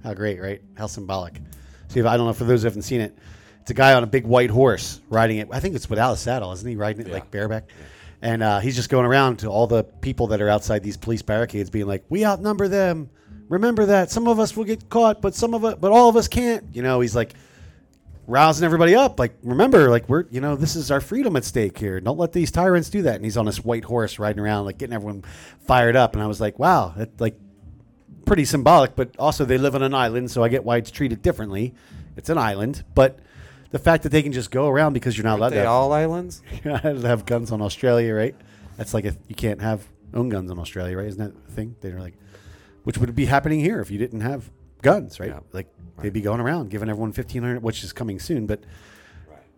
How great, right? How symbolic. See, if I don't know for those who haven't seen it, it's a guy on a big white horse riding it. I think it's without a saddle, isn't he? Riding it like bareback, and uh, he's just going around to all the people that are outside these police barricades, being like, "We outnumber them. Remember that. Some of us will get caught, but some of us, but all of us can't." You know, he's like rousing everybody up. Like, remember, like we're you know this is our freedom at stake here. Don't let these tyrants do that. And he's on this white horse riding around, like getting everyone fired up. And I was like, wow, that, like pretty symbolic, but also they live on an island, so I get why it's treated differently. It's an island, but the fact that they can just go around because you're not allowed They to have, all islands? you're not allowed to have guns on Australia, right? That's like a, you can't have own guns on Australia, right? Isn't that a thing? They're like, which would be happening here if you didn't have guns, right? Yeah, Like they'd be going around giving everyone fifteen hundred, which is coming soon, but.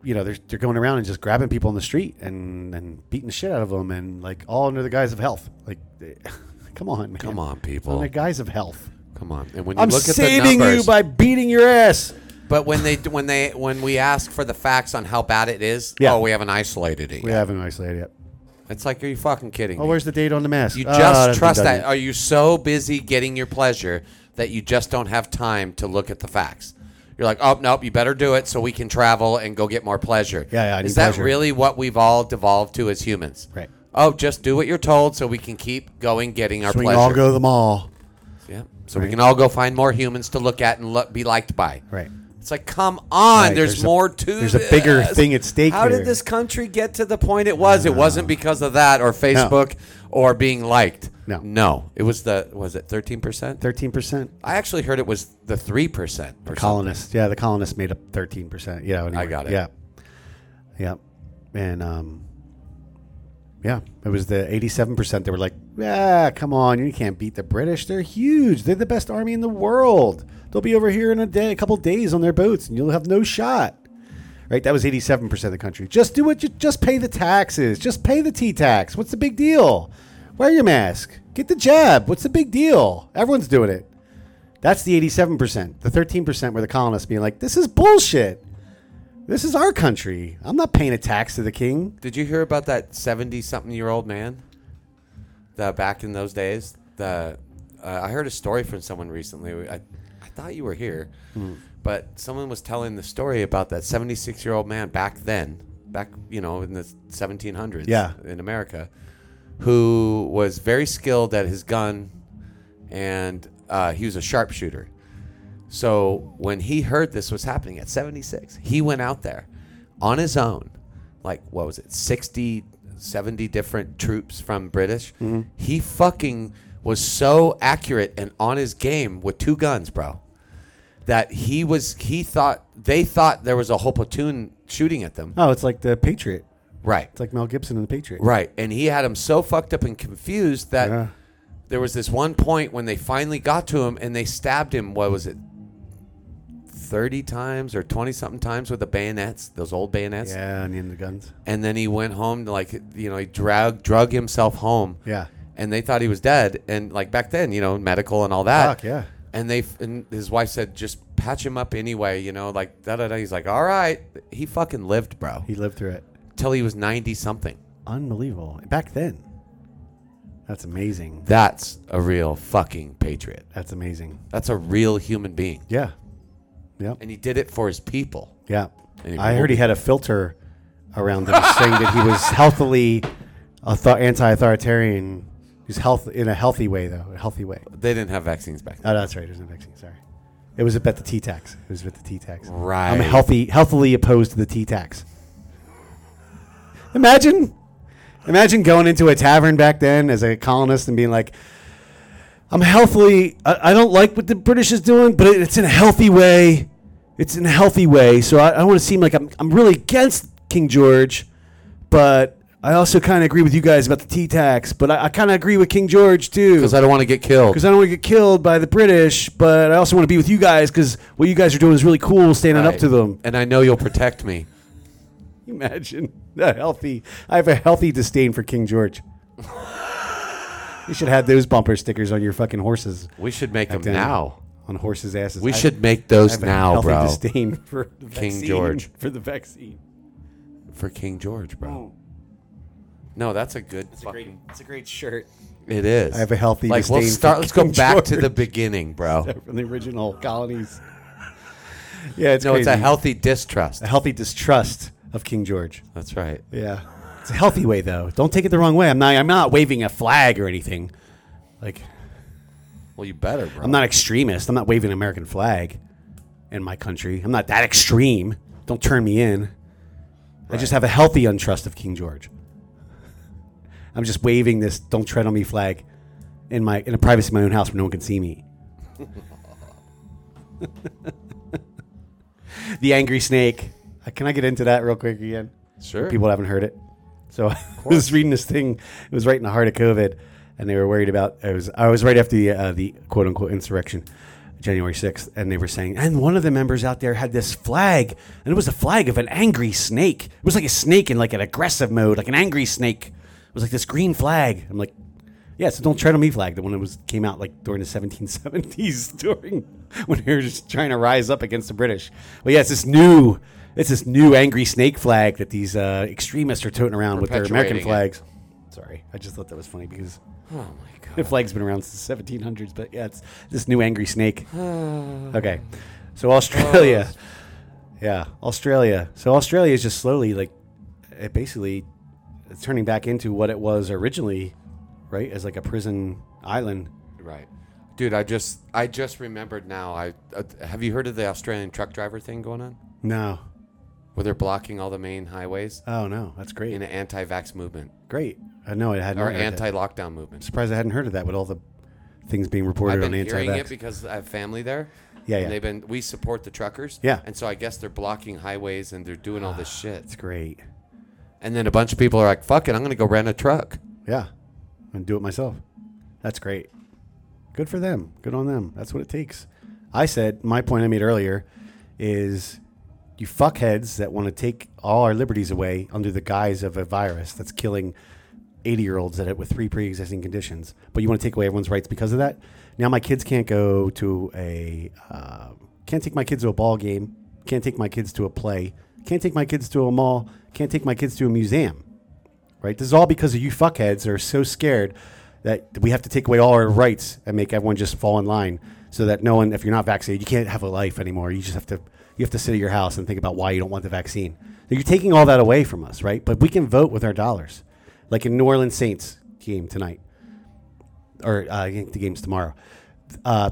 You know, they're, they're going around and just grabbing people on the street and, and beating the shit out of them and like all under the guise of health. Like, they- come on, man. Come on, people. Under the guise of health. Come on. And when you I'm look at saving the you numbers, by beating your ass. but when they when they when we ask for the facts on how bad it is, Yeah. oh, we haven't isolated it. We yet. haven't isolated yet. It's like, are you fucking kidding Oh, me? where's the date on the mask? You Ah, just that's been trust done that. yet. Are you so busy getting your pleasure that you just don't have time to look at the facts? You're like, oh nope, you better do it so we can travel and go get more pleasure. Yeah, yeah, I Is need that pleasure. really what we've all devolved to as humans? Right. Oh, just do what you're told so we can keep going getting our Swing pleasure. all, go the mall. yeah. So we can all go find more humans to look at and look, be liked by. Right. It's like, come on. Right, There's, there's a- more to. there's a bigger this. thing at stake How here. did this country get to the point it was? It wasn't because of that or Facebook or being liked. No. no. It was the was it thirteen percent? Thirteen percent. I actually heard it was the three percent or Colonists. Yeah, the colonists made up thirteen percent. Yeah. anyway. I got it. Yeah. Yeah. And um. Yeah, it was the eighty-seven percent that were like, "Yeah, come on, you can't beat the British. They're huge. They're the best army in the world. They'll be over here in a day, a couple days on their boats, and you'll have no shot." right? That was 87% of the country. Just do what you just pay the taxes. Just pay the T tax. What's the big deal? Wear your mask. Get the jab. What's the big deal? Everyone's doing it. That's the 87%. The 13% were the colonists being like, this is bullshit. This is our country. I'm not paying a tax to the king. Did you hear about that seventy-something-year-old man? The back in those days, the uh, I heard a story from someone recently. I, I thought you were here, but someone was telling the story about that seventy-six-year-old man back then, back, you know, in the 1700s Yeah. in America, who was very skilled at his gun and uh, he was a sharpshooter. So when he heard this was happening at 76, he went out there on his own, like, what was it, 60, 70 different troops from British. He fucking was so accurate and on his game with two guns, bro that he was he thought they thought there was a whole platoon shooting at them. Oh, it's like the Patriot. Right. It's like Mel Gibson in the Patriot. Right. And he had him so fucked up and confused that Yeah. there was this one point when they finally got to him and they stabbed him what was it 30 times or 20 something times with the bayonets, those old bayonets. Yeah, and in the guns. And then he went home to like you know, he drag drug himself home. Yeah. And they thought he was dead and like back then, you know, medical and all that. Fuck, yeah. And they and his wife said, just patch him up anyway, you know, like da da da. He's like, all right. He fucking lived, bro, He lived through it. till he was ninety something. Unbelievable. Back then. That's amazing. That's a real fucking patriot. That's amazing. That's a real human being, Yeah. Yep. and he did it for his people. Yeah. And he I heard he had a filter around him saying that he was healthily author- anti-authoritarian. He's health in a healthy way though, a healthy way. They didn't have vaccines back then. Oh, that's right. There's no vaccine. Sorry. It was about the tea tax. It was about the tea tax. Right. I'm healthy, healthily opposed to the tea tax. Imagine, imagine going into a tavern back then as a colonist and being like, "I'm healthily. I, I don't like what the British is doing, but it, it's in a healthy way. It's in a healthy way. So I, I want to seem like I'm I'm really against King George, but." I also kind of agree with you guys about the tea tax, but I, I kind of agree with King George too Because I don't want to get killed. because I don't want to get killed by the British, but I also want to be with you guys because what you guys are doing is really cool, standing up Right. to them. and I know you'll protect me. Imagine a healthy. I have a healthy disdain for King George. you should have those bumper stickers on your fucking horses. We should make them Damn. now. on horses' asses. We I- should make I those have a now, healthy bro. Disdain for the King vaccine, George. for the vaccine. For King George, bro. No, that's a good. It's Oh. a great. It's a great shirt. It is. I have a healthy Like we'll disdain for start. Let's go King back to George. the beginning, bro. From the original colonies. yeah, it's No, it's crazy. a healthy distrust. a healthy distrust of King George. That's right. Yeah. It's a healthy way though. Don't take it the wrong way. I'm not I'm not waving a flag or anything. Like Well, you better, bro. I'm not extremist. I'm not waving an American flag in my country. I'm not that extreme. Don't turn me in. I just have a healthy untrust of King George. I'm just waving this don't tread on me flag in my in the privacy of my own house where no one can see me. the angry snake. Uh, Can I get into that real quick again? Sure. people haven't heard it. So I was reading this thing. It was right in the heart of COVID, and they were worried about. It was I was right after the uh, the quote unquote insurrection, January sixth, and they were saying, and one of the members out there had this flag, and it was the flag of an angry snake. It was like a snake in like an aggressive mode, like an angry snake. It was like this green flag. I'm like, yeah, so don't tread on me flag. The one that was came out like during the 1770s, during when they were just trying to rise up against the British. But yeah, it's this new, it's this new angry snake flag that these uh, extremists are toting around with their American Perpetuating flags. Sorry, I just thought that was funny because Oh my god. the flag's been around since the 1700s. But yeah, it's this new angry snake. okay, so Australia, yeah, Australia. So Australia is just slowly like, it basically, it's turning back into what it was originally, right? As like a prison island. Right. Dude, I just I just remembered now. I uh, have you heard of the Australian truck driver thing going on, No. where they're blocking all the main highways Oh no, that's great. in an anti-vax movement great. I know I hadn't or heard of that. anti-lockdown movement. Surprised I hadn't heard of that with all the things being I've reported been on hearing it anti-vax. because I have family there. Yeah, and yeah. They've been we support the truckers. Yeah. Ah. And so I guess they're blocking highways and they're doing all this shit. It's great. And then a bunch of people are like, "Fuck it, I'm gonna go rent a truck." Yeah, and do it myself. That's great. Good for them. Good on them. That's what it takes. I said my point I made earlier is you fuckheads that want to take all our liberties away under the guise of a virus that's killing 80 year olds at it with three pre existing conditions, but you want to take away everyone's rights because of that. Now my kids can't go to a, uh, can't take my kids to a ball game, can't take my kids to a play, can't take my kids to a mall, can't take my kids to a museum right? This is all because of you fuckheads that are so scared that we have to take away all our rights and make everyone just fall in line so that no one, if you're not vaccinated, you can't have a life anymore. You just have to, you have to sit at your house and think about why you don't want the vaccine. You're taking all that away from us, right? But we can vote with our dollars, like in New Orleans Saints game tonight, or uh, I think the game's tomorrow. Uh,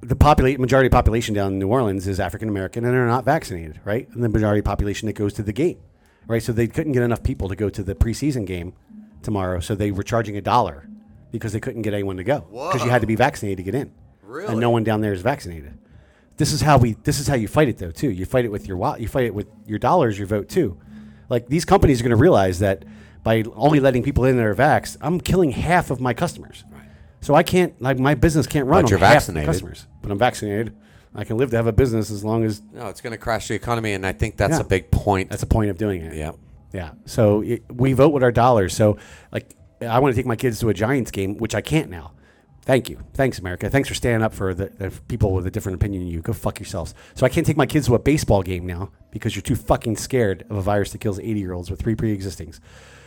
the population majority of population down in New Orleans is African American and they're not vaccinated, right? And the majority of population that goes to the game, right? So they couldn't get enough people to go to the preseason game tomorrow, so they were charging a dollar because they couldn't get anyone to go because you had to be vaccinated to get in, and Really? no one down there is vaccinated. This is how we. This is how you fight it, though. Too, you fight it with your wa- you fight it with your dollars, your vote too. Like these companies are going to realize that by only letting people in that are vaxxed, I'm killing half of my customers. Right. So I can't like my business can't run But on you're half vaccinated. the customers. But I'm vaccinated. I can live to have a business as long as No, it's going to crash the economy, and I think that's a Yeah. big point. that's the point of doing it. yeah. Yeah. So it, we vote with our dollars. So like I want to take my kids to a Giants game, which I can't now. Thank you. Thanks, America. Thanks for standing up for the, the people with a different opinion than you. Go fuck yourselves. So I can't take my kids to a baseball game now because you're too fucking scared of a virus that kills 80 year olds with three pre existings.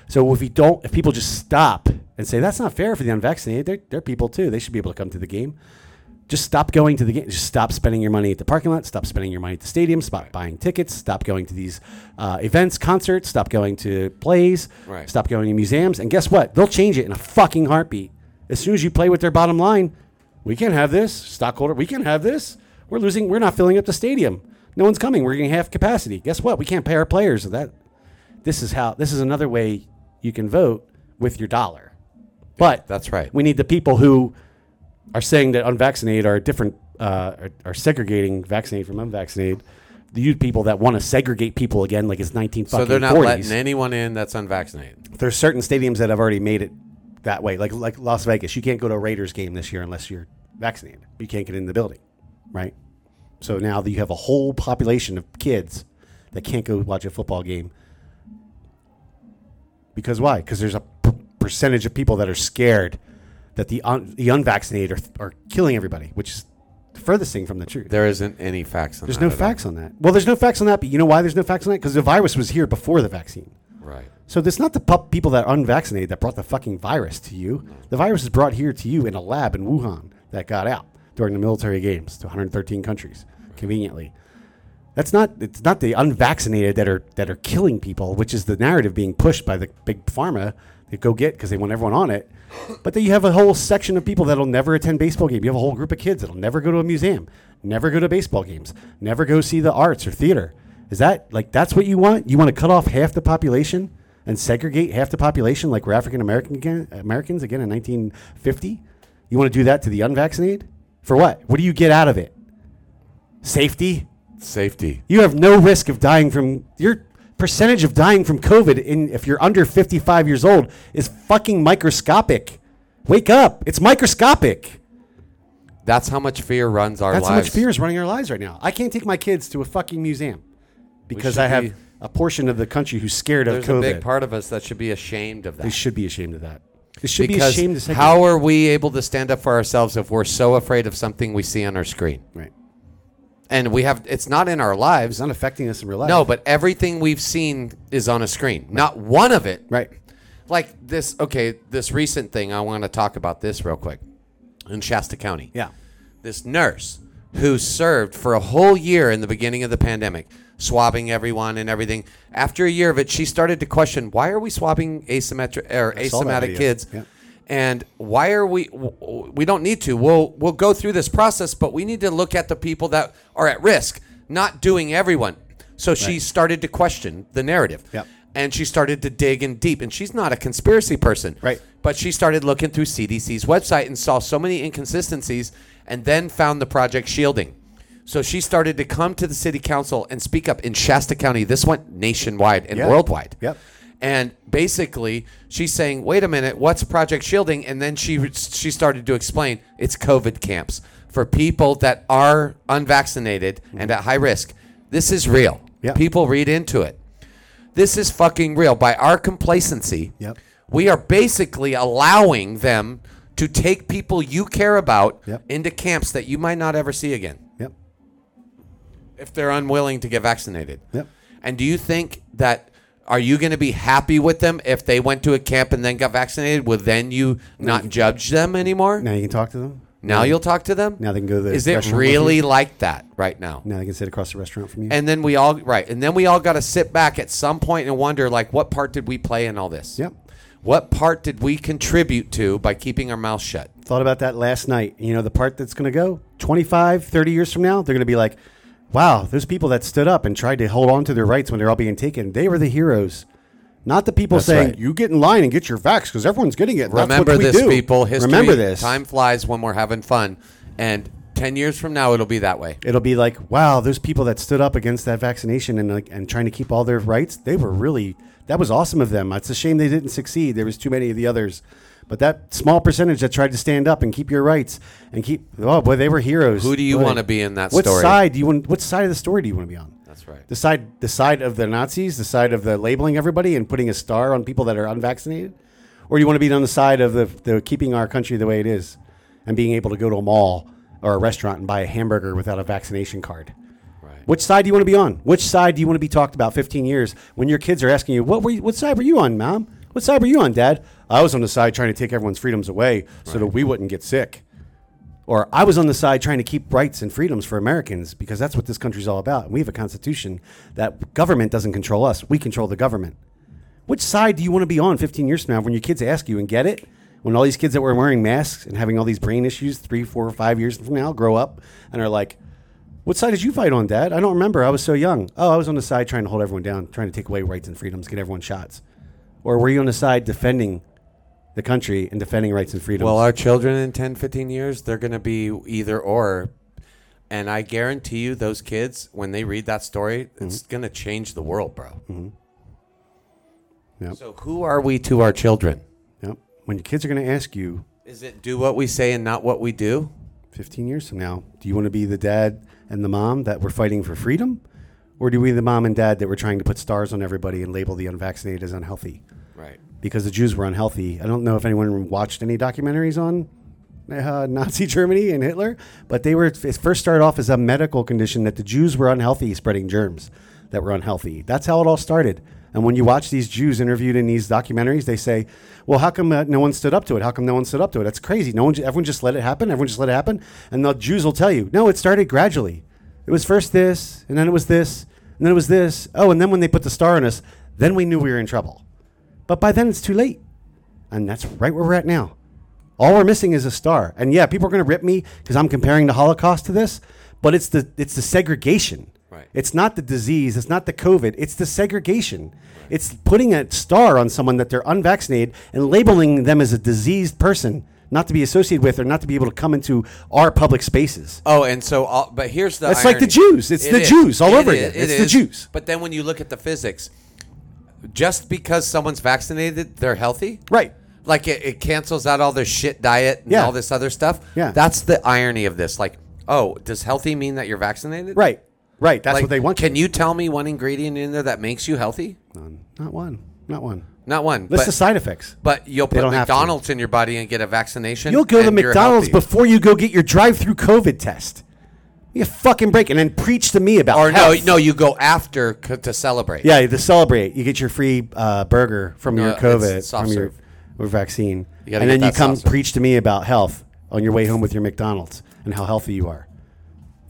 So if we don't, if people just stop and say, that's not fair for the unvaccinated, they're, they're people too. They should be able to come to the game just stop going to the game. Just stop spending your money at the parking lot. Stop spending your money at the stadium. Stop buying tickets. Stop going to these uh, events, concerts. Stop going to plays. Right. Stop going to museums. And guess what? They'll change it in a fucking heartbeat. As soon as you play with their bottom line, we can't have this stockholder. We can't have this. We're losing. We're not filling up the stadium. No one's coming. We're getting half capacity. Guess what? We can't pay our players that. This is how. This is another way you can vote with your dollar. But That's right. we need the people who are saying that unvaccinated are different, uh, are, are segregating vaccinated from unvaccinated. The youth people that want to segregate people again, like it's 19 So fucking they're not 40s. letting anyone in that's unvaccinated. There's certain stadiums that have already made it that way, like like Las Vegas. You can't go to a Raiders game this year unless you're vaccinated. You can't get in the building, right? So now that you have a whole population of kids that can't go watch a football game because why? Because there's a p- percentage of people that are scared that the un- the unvaccinated are, are killing everybody, which is the furthest thing from the truth. There isn't any facts on there's that no at all. facts on that. Well, there's no facts on that, but you know why there's no facts on that? Because the virus was here before the vaccine. Right. So it's not the pup people that are unvaccinated that brought the fucking virus to you. The virus is brought here to you in a lab in Wuhan that got out during the military games to 113 countries conveniently. That's not it's not the unvaccinated that are that are killing people, which is the narrative being pushed by the big pharma to go get because they want everyone on it. But then you have a whole section of people that'll never attend baseball game. You have a whole group of kids that'll never go to a museum, never go to baseball games, never go see the arts or theater. Is that like that's what you want? You want to cut off half the population and segregate half the population like we're African American again, Americans again in 1950? You want to do that to the unvaccinated? For what? What do you get out of it? Safety? Safety. you have no risk of dying from your percentage of dying from COVID in if you're under 55 years old is fucking microscopic. Wake up! It's microscopic. That's how much fear runs our That's how lives. much fear is running our lives right now. I can't take my kids to a fucking museum because should I have be- a portion of the country who's scared There's of COVID. a big part of us that should be ashamed of that. they should be ashamed of that. They should because be ashamed of segregate- how are we able to stand up for ourselves if we're so afraid of something we see on our screen? right. And we have it's not in our lives. It's not affecting us in real life. No, but everything we've seen is on a screen. Not one of it right. like this okay this recent thing i want to talk about this real quick in shasta county Yeah. this nurse who served for a whole year in the beginning of the pandemic swabbing everyone and everything after a year of it she started to question why are we swabbing asymmetric or I saw that asymptomatic video. kids Yeah. and why are we w- w- we don't need to we'll we'll go through this process but we need to look at the people that are at risk not doing everyone so she started to question the narrative Yep. and she started to dig in deep and she's not a conspiracy person Right. but she started looking through CDC's website and saw so many inconsistencies and then found the project shielding. So she started to come to the city council and speak up in Shasta County. This went nationwide and Yeah. worldwide. Yep. And basically, she's saying, "Wait a minute, what's Project Shielding?" And then she she started to explain, "It's COVID camps for people that are unvaccinated and at high risk. This is real. Mm-hmm. Yeah. People read into it. This is fucking real. By our complacency, Yep. we are basically allowing them to take people you care about Yep. into camps that you might not ever see again." Yep. if they're unwilling to get vaccinated. Yep. And do you think that are you going to be happy with them if they went to a camp and then got vaccinated? Will then you not judge them anymore? Now you can talk to them. Now you'll talk to them. Now they can go to the Is it restaurant with really like that right now? Now they can sit across the restaurant from you. And then we all right, and then we all got to sit back at some point and wonder like what part did we play in all this? Yep. What part did we contribute to by keeping our mouth shut? Thought about that last night. You know, the part that's going to go 25, 30 years from now, they're going to be like, wow, those people that stood up and tried to hold on to their rights when they're all being taken, they were the heroes. Not the people saying, right. you get in line and get your vax because everyone's getting it. That's what Remember we this, do." people. History. Remember this. Time flies when we're having fun, and ten years from now it'll be that way. It'll be like, wow, those people that stood up against that vaccination and like, and trying to keep all their rights, they were really that was awesome of them. It's a shame they didn't succeed. There was too many of the others, but that small percentage that tried to stand up and keep your rights and keep oh boy, they were heroes. Who do you Boy. wanna be in that what story? side do you want? What side of the story do you want to be on? That's right. The side, the side of the Nazis, the side of the labeling everybody and putting a star on people that are unvaccinated, or you want to be on the side of the, the keeping our country the way it is, and being able to go to a mall or a restaurant and buy a hamburger without a vaccination card. Right. Which side do you want to be on? Which side do you want to be talked about 15 years when your kids are asking you, what, were you, what side were you on, mom? What side were you on, dad? I was on the side trying to take everyone's freedoms away so that we wouldn't get sick. Or I was on the side trying to keep rights and freedoms for Americans because that's what this country's all about. And we have a constitution that government doesn't control us, we control the government. Which side do you want to be on 15 years from now when your kids ask you and get it? When all these kids that were wearing masks and having all these brain issues three, four, or five years from now grow up and are like, what side did you fight on, Dad? I don't remember. I was so young. Oh, I was on the side trying to hold everyone down, trying to take away rights and freedoms, get everyone shots. Or were you on the side defending the country and defending rights and freedoms? Well, our children in 10, 15 years, they're going to be either or. And I guarantee you, those kids, when they read that story, it's Mm-hmm. going to change the world, bro. Yep. So, who are we to our children? Yep. When your kids are going to ask you Is it do what we say and not what we do? 15 years from now, do you want to be the dad and the mom that were fighting for freedom? Or do we the mom and dad that were trying to put stars on everybody and label the unvaccinated as unhealthy? Right. Because the Jews were unhealthy. I don't know if anyone watched any documentaries on uh, Nazi Germany and Hitler, but they were it first started off as a medical condition that the Jews were unhealthy, spreading germs that were unhealthy. That's how it all started. And when you watch these Jews interviewed in these documentaries, they say, "Well, how come uh, no one stood up to it? How come no one stood up to it? That's crazy. No one, ju- everyone just let it happen. Everyone just let it happen." And the Jews will tell you, "No, it started gradually. It was first this, and then it was this, and then it was this. Oh, and then when they put the star on us, then we knew we were in trouble. But by then, it's too late." And that's right where we're at now. All we're missing is a star. And yeah, people are going to rip me because I'm comparing the Holocaust to this, but it's the it's the segregation. Right. It's not the disease. It's not the COVID. It's the segregation. It's putting a star on someone that they're unvaccinated and labeling them as a diseased person, not to be associated with or not to be able to come into our public spaces. Oh, and so, all, but here's the. It's like the irony. Jews. It's the Jews all over i- again. it It's the Jews. But then when you look at the physics, just because someone's vaccinated, they're healthy? Right. Like it, it cancels out all their shit diet and Yeah. all this other stuff. Yeah. That's the irony of this. Like, oh, does healthy mean that you're vaccinated? Right. Right. That's Like, what they want. Can you tell me one ingredient in there that makes you healthy? None. Not one. Not one. Not one. List the But, side effects. but you'll put don't have to. McDonald's in your body and get a vaccination. You'll go to and you're McDonald's healthy. before you go get your drive-through COVID test. You fucking break and then preach to me about Or no, health. no, you go after c- to celebrate. Yeah, to celebrate, you get your free uh, burger from your it's COVID soft from your, serve. your vaccine, You gotta get and then you that come soft serve. preach to me about health on your way home with your McDonald's and how healthy you are.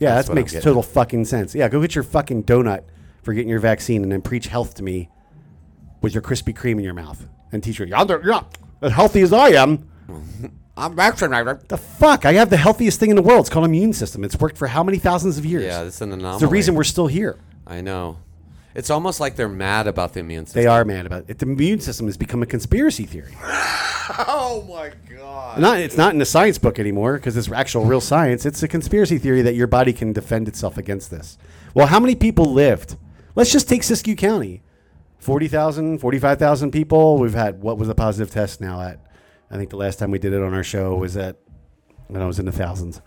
Yeah, That's that what I'm makes getting. total fucking sense. Yeah, go get your fucking donut for getting your vaccine, and then preach health to me with your Krispy Kreme in your mouth, and teach you, you're not- you're not as healthy as I am. I'm vaccinated. The fuck! I have the healthiest thing in the world. It's called immune system. It's worked for how many thousands of years? Yeah, that's an anomaly. it's the reason we're still here. I know. It's almost like they're mad about the immune system. They are mad about it. The immune system has become a conspiracy theory. Oh my god. Not, it's not in the science book anymore because it's actual Hmm. real science. It's a conspiracy theory that your body can defend itself against this. Well, how many people lived? Let's just take Siskiyou County 40,000, 45,000 people. We've had, what was the positive test now at? I think the last time we did it on our show was at, when I was in the thousands,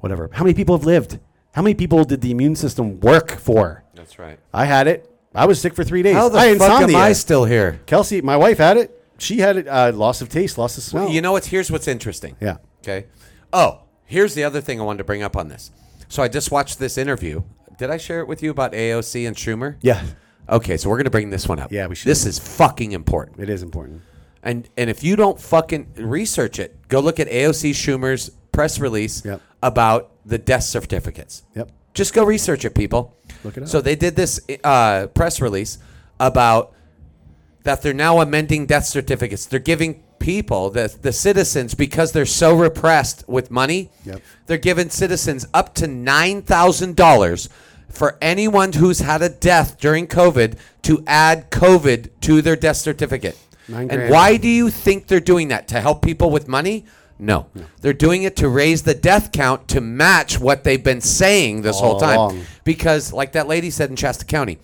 whatever. How many people have lived? How many people did the immune system work for? That's right. I had it. I was sick for three days. How the I had fuck am insomnia. I still here? Kelsey, my wife had it. She had it. Uh, loss of taste, loss of smell. You know what's here's what's interesting. Yeah. Okay. Oh, here's the other thing I wanted to bring up on this. So I just watched this interview. Did I share it with you about AOC and Schumer? Yeah, Okay, so we're gonna bring this one up. Yeah, we should. This is fucking important. it is important. And and if you don't fucking research it, go look at AOC Schumer's press release Yep. about the death certificates. Yep. Just go research it, people. Look it up. So they did this uh, press release about that they're now amending death certificates. They're giving people, the, the citizens, because they're so repressed with money, Yep. they're giving citizens up to $9,000 for anyone who's had a death during COVID to add COVID to their death certificate. Nine and grand. why do you think they're doing that? To help people with money? No. They're doing it to raise the death count to match what they've been saying this All whole time along. Mm-hmm. because like that lady said in Shasta County,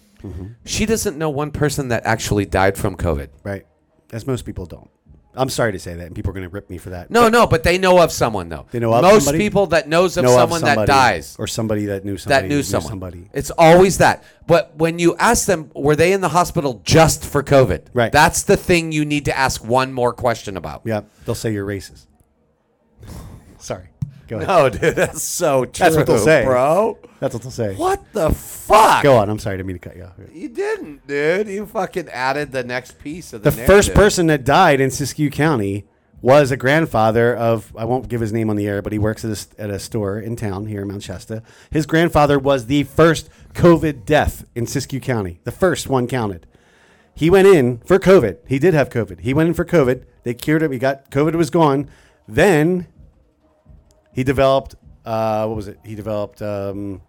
she doesn't know one person that actually died from COVID. Right. As most people don't. I'm sorry to say that, and people are going to rip me for that. No, no, but they know of someone though. They know of most somebody? people that knows of Know of someone that somebody dies or somebody that knew somebody that knew someone. somebody. It's always that. But when you ask them, were they in the hospital just for COVID? Right. That's the thing you need to ask one more question about. Yep. They'll say you're racist. sorry. Go ahead. No, dude, that's so true, That's what they'll say, bro. That's what they'll say. What the fuck? Go on. I'm sorry. I didn't mean to cut you off. You didn't, dude. You fucking added the next piece of the. the first narrative. person that died in Siskiyou County was a grandfather of I won't give his name on the air, but he works at a, s- at a store in town here in Mount Shasta. His grandfather was the first COVID death in Siskiyou County, the first one counted. He went in for COVID. He did have COVID. He went in for COVID. They cured him. He got COVID was gone. Then he developed uh, what was it? He developed um,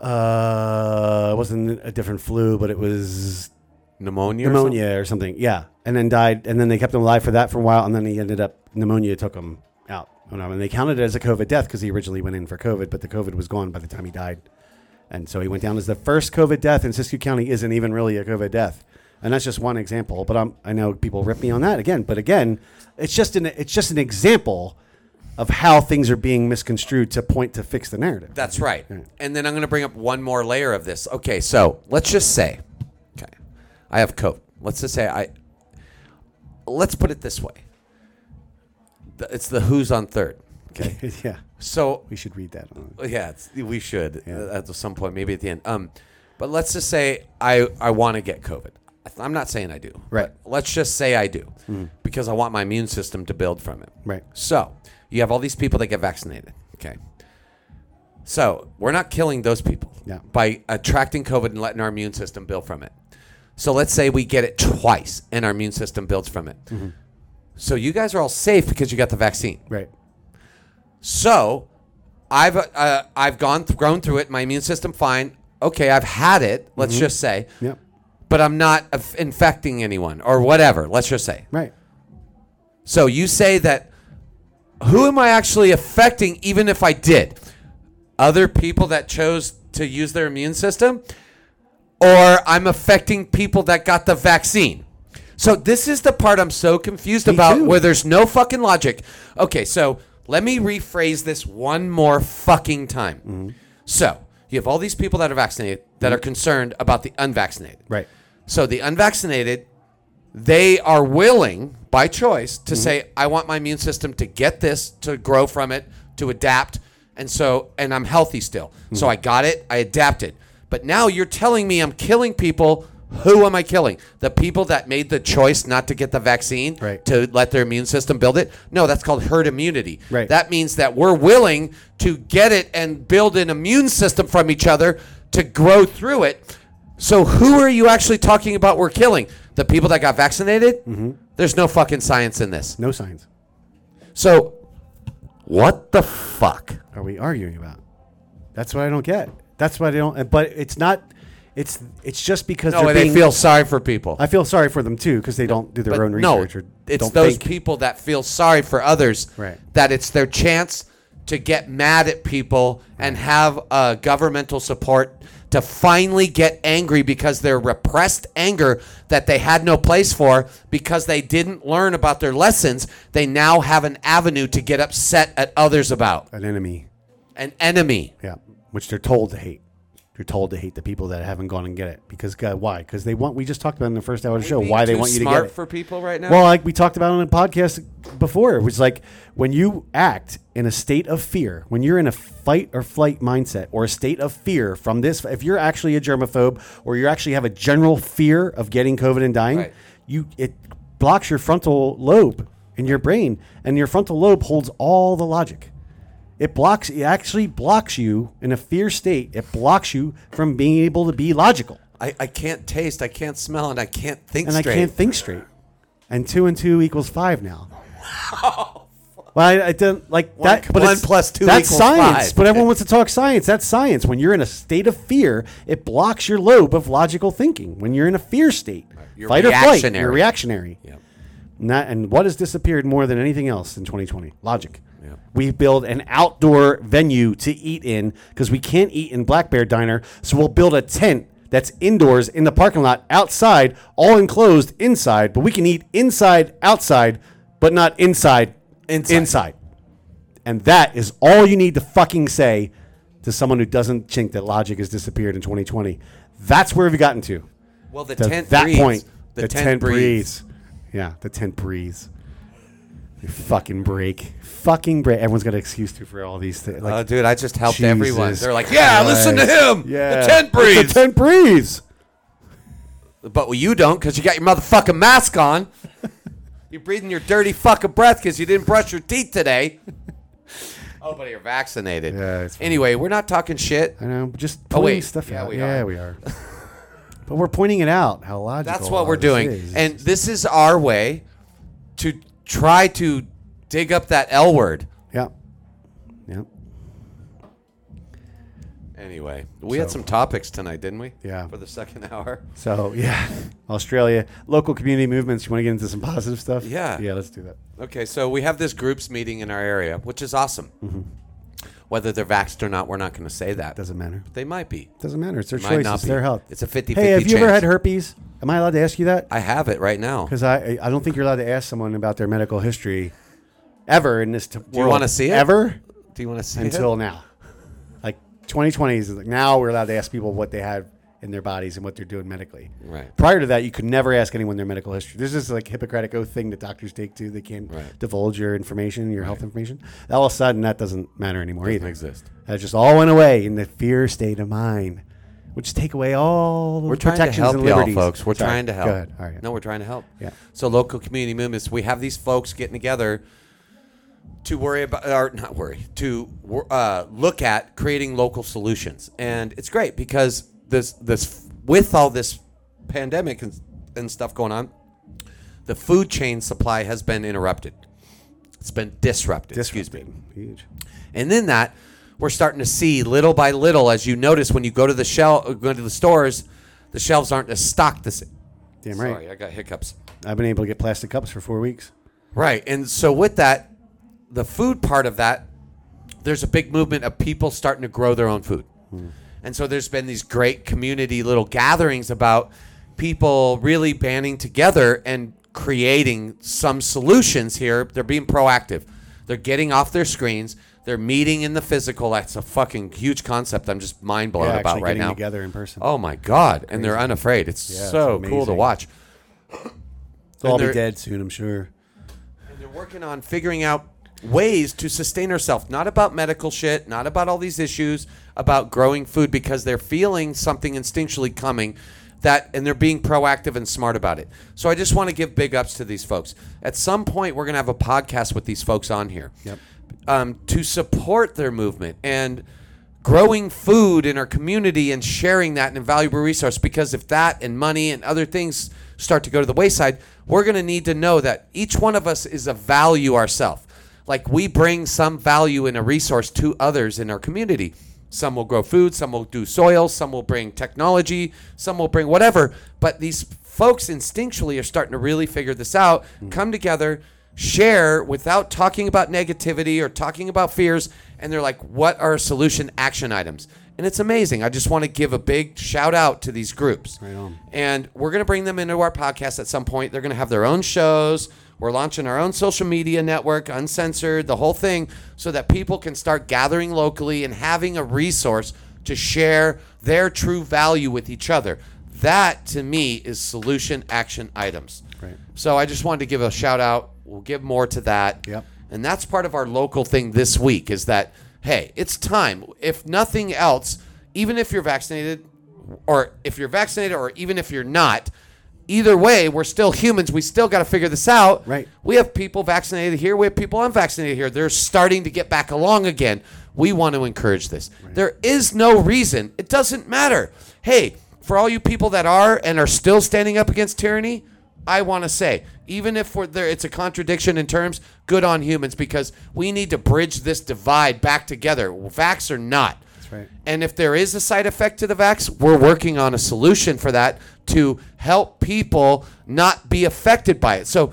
uh, it wasn't a different flu, but it was pneumonia. or something? pneumonia or something. Yeah, and then died, and then they kept him alive for that for a while, and then he ended up pneumonia took him out. You know, And they counted it as a COVID death because he originally went in for COVID, but the COVID was gone by the time he died, and so he went down as the first COVID death in Siskiyou County. Isn't even really a COVID death, and that's just one example. But I'm, I know people rip me on that again, but again, it's just an it's just an example of how things are being misconstrued to point to fix the narrative. That's right. And then I'm going to bring up one more layer of this. Okay, so let's just say, okay, I have COVID. Let's just say I. Let's put it this way. The- It's the who's on third. Okay, yeah, so we should read that. On. yeah, it's, we should uh, at some point, maybe at the end. Um, but let's just say I I want to get COVID. I'm not saying I do. Right. Hmm. but Let's just say I do, because I want my immune system to build from it. Right. So you have all these people that get vaccinated. Okay. So we're not killing those people Yeah. by attracting COVID and letting our immune system build from it. So let's say we get it twice and our immune system builds from it. Mm-hmm. So you guys are all safe because you got the vaccine. Right. So, I've uh, I've gone th- grown through it. My immune system fine. Okay, I've had it. Let's just say, Yep. but I'm not aff- infecting anyone or whatever. Let's just say. Right. So you say that. Who am I actually affecting? Even if I did, other people that chose to use their immune system, or I'm affecting people that got the vaccine. So this is the part I'm so confused about too. where there's no fucking logic. Okay, so let me rephrase this one more fucking time. So you have all these people that are vaccinated that are concerned about the unvaccinated. Right. So the unvaccinated, they are willing by choice to Mm-hmm. say, I want my immune system to get this, to grow from it, to adapt. And so, and I'm healthy still. Mm-hmm. So I got it, I adapted. But now you're telling me I'm killing people. Who am I killing? The people that made the choice not to get the vaccine Right. to let their immune system build it? No, that's called herd immunity. Right. That means that we're willing to get it and build an immune system from each other to grow through it. So who are you actually talking about we're killing? The people that got vaccinated? Mm-hmm. There's no fucking science in this. No signs. So what the fuck? are we arguing about? That's what I don't get. That's what I don't. But it's not. It's it's just because No, they're they being- feel sorry for people. I feel sorry for them too because they don't do their own no, research or it's don't those think. people that feel sorry for others Right. that it's their chance to get mad at people and have uh, governmental support to finally get angry because their repressed anger that they had no place for because they didn't learn about their lessons they now have an avenue to get upset at others about an enemy. an enemy Yeah, which they're told to hate. They're told to hate the people that haven't gone and get it because God, why? Because they want. We just talked about in the first hour of the show why they Too want you to smart get it. for people right now Well, like we talked about on a podcast before, it was like when you act in a state of fear, when you're in a fight or flight mindset or a state of fear from this, if you're actually a germaphobe or you actually have a general fear of getting COVID and dying, Right. you it blocks your frontal lobe. in your brain, and your frontal lobe holds all the logic. It blocks. It actually blocks you in a fear state. It blocks you from being able to be logical, I, I can't taste, I can't smell, and I can't think and straight. I can't think straight. And two and two equals five now. Well, I, I don't like that. but one it's- plus two That's equals science. five. But everyone wants to talk science. That's science. When you're in a state of fear, it blocks your lobe of logical thinking. When you're in a fear state, You're fight or flight, reactionary. you're reactionary. Yep. And, that- and what has disappeared more than anything else in 2020? Logic. Yeah. We build an outdoor venue to eat in because we can't eat in Black Bear Diner. So we'll build a tent that's indoors in the parking lot, outside, all enclosed inside, but we can eat inside, outside, but not inside, Inside. inside. And that is all you need to fucking say to someone who doesn't think that logic has disappeared in 2020. That's where we've gotten to. Well, the To tent that breathes. point, the, tent, breathes. Yeah, the tent breathes. You fucking break. Fucking break. Everyone's got an excuse to for all these things. Oh, Like, dude, I just helped Jesus everyone. They're like, yeah, listen to Christ. him. The tent breathes. The tent breathes. But well, you don't because you got your motherfucking mask on. You're breathing your dirty fucking breath because you didn't brush your teeth today. oh, but you're vaccinated. Yeah, it's fine. anyway, we're not talking shit. I know. Just Oh, pointing wait. stuff Yeah, out. we yeah, are. we are. but we're pointing it out. How logical. That's all what we're this doing. is. And this is our way to try to dig up that L word. yeah, yeah, Anyway, we had some topics tonight, didn't we? Yeah. For the second hour. so yeah, Australia, local community movements. You want to get into some positive stuff? Yeah. yeah. Let's do that. Okay, so we have this groups meeting in our area, which is awesome. Mm-hmm. Whether they're vaxxed or not, we're not going to say that. Doesn't matter. They might be. Doesn't matter. It's their Might choice. not It's be. their health. It's a 50-50 Hey, have you ever chance. had herpes? Am I allowed to ask you that? I have it right now. Because I I don't think you're allowed to ask someone about their medical history ever in this t- world. you wanna see it? Ever Do you want to see until it? now. Like 2020 is like now we're allowed to ask people what they have in their bodies and what they're doing medically. Right. Prior to that, you could never ask anyone their medical history. There's this like Hippocratic oath thing that doctors take too. They can't Right. divulge your information, your health information. All of a sudden, that doesn't matter anymore either. exist. That just all went away in the fear state of mind, which take away all We're the trying to protections help and y'all, liberties. folks. We're Sorry. trying to help. Go ahead. All right. No, we're trying to help. Yeah. So local community movements. We have these folks getting together to worry about, or not worry, to wor- uh, look at creating local solutions, and it's great because this this with all this pandemic and, and stuff going on, the food chain supply has been interrupted. It's been disrupted. Excuse me. Huge. And then that we're starting to see little by little, as you notice when you go to the shell, go to the stores, the shelves aren't as stocked. This Damn right. sorry, I got hiccups. I've been able to get plastic cups for four weeks. Right, and so with that, the food part of that, there's a big movement of people starting to grow their own food, Hmm. and so there's been these great community little gatherings about people really banding together and creating some solutions here. They're being proactive. They're getting off their screens. They're meeting in the physical. That's a fucking huge concept. I'm just mind blown Yeah, about actually right getting now. together in person. Oh my god! And they're unafraid. It's it's so cool to amazing. watch. They'll all and be they're- dead soon, I'm sure. They're working on figuring out ways to sustain herself, not about medical shit, not about all these issues, about growing food because they're feeling something instinctually coming that and they're being proactive and smart about it. So I just want to give big ups to these folks. At some point we're going to have a podcast with these folks on here. Yep. Um, to support their movement and growing food in our community and sharing that an invaluable resource because if that and money and other things start to go to the wayside we're going to need to know that each one of us is a value ourselves like we bring some value and a resource to others in our community some will grow food some will do soil some will bring technology some will bring whatever but these folks instinctually are starting to really figure this out Mm. come together share without talking about negativity or talking about fears and they're like what are solution action items and it's amazing i just want to give a big shout out to these groups Right on. and we're going to bring them into our podcast at some point they're going to have their own shows we're launching our own social media network uncensored the whole thing so that people can start gathering locally and having a resource to share their true value with each other that to me is solution action items Right. so I just wanted to give a shout out. We'll give more to that. Yep. And that's part of our local thing this week is that, hey, it's time. If nothing else, even if you're vaccinated, or if you're vaccinated, or even if you're not, either way, we're still humans. We still got to figure this out. Right. We have people vaccinated here. We have people unvaccinated here. They're starting to get back along again. We want to encourage this. There is no reason. It doesn't matter. Hey, for all you people that are and are still standing up against tyranny, I want to say, even if we're there, it's a contradiction in terms, good on humans because we need to bridge this divide back together, vax or not. That's right. and if there is a side effect to the vax, we're working on a solution for that to help people not be affected by it. So,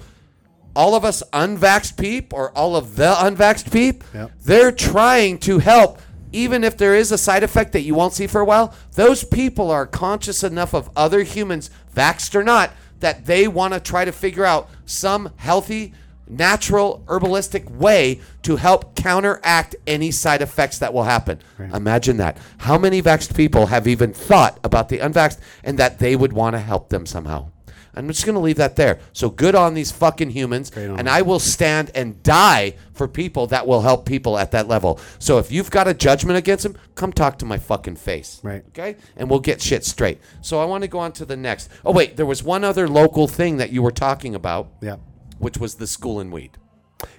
all of us unvaxxed peep or all of the unvaxxed peep, Yep. they're trying to help. Even if there is a side effect that you won't see for a while, those people are conscious enough of other humans, vaxxed or not, that they want to try to figure out some healthy, natural, herbalistic way to help counteract any side effects that will happen. Imagine that. How many vaxxed people have even thought about the unvaxxed and that they would want to help them somehow? I'm just going to leave that there. So good on these fucking humans. on And I will stand and die for people that will help people at that level. So if you've got a judgment against them, come talk to my fucking face. Right. Okay? And we'll get shit straight. So I want to go on to the next. Oh, wait. There was one other local thing that you were talking about, Yeah. which was the school in weed.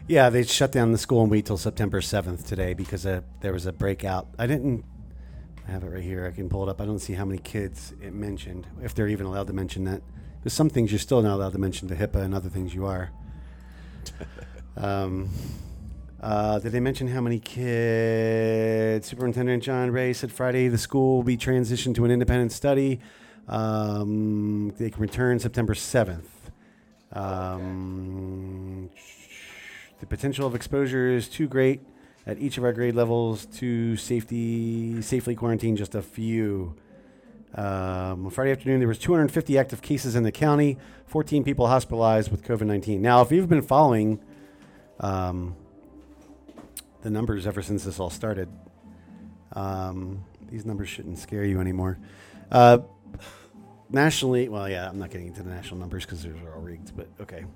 Yeah, they shut down the school and wheat till September 7th today because uh, there was a breakout. I didn't I have it right here. I can pull it up. I don't see how many kids it mentioned, if they're even allowed to mention that. Because some things you're still not allowed to mention to HIPAA and other things you are. um, uh, did they mention how many kids? Superintendent John Ray said Friday the school will be transitioned to an independent study. Um, they can return September 7th. Um, the potential of exposure is too great at each of our grade levels to safety safely quarantine just a few. Um, on Friday afternoon, there was 250 active cases in the county, 14 people hospitalized with COVID-19. Now, if you've been following um, the numbers ever since this all started, um, these numbers shouldn't scare you anymore. Uh, nationally, well, yeah, I'm not getting into the national numbers because those are all rigged, but okay.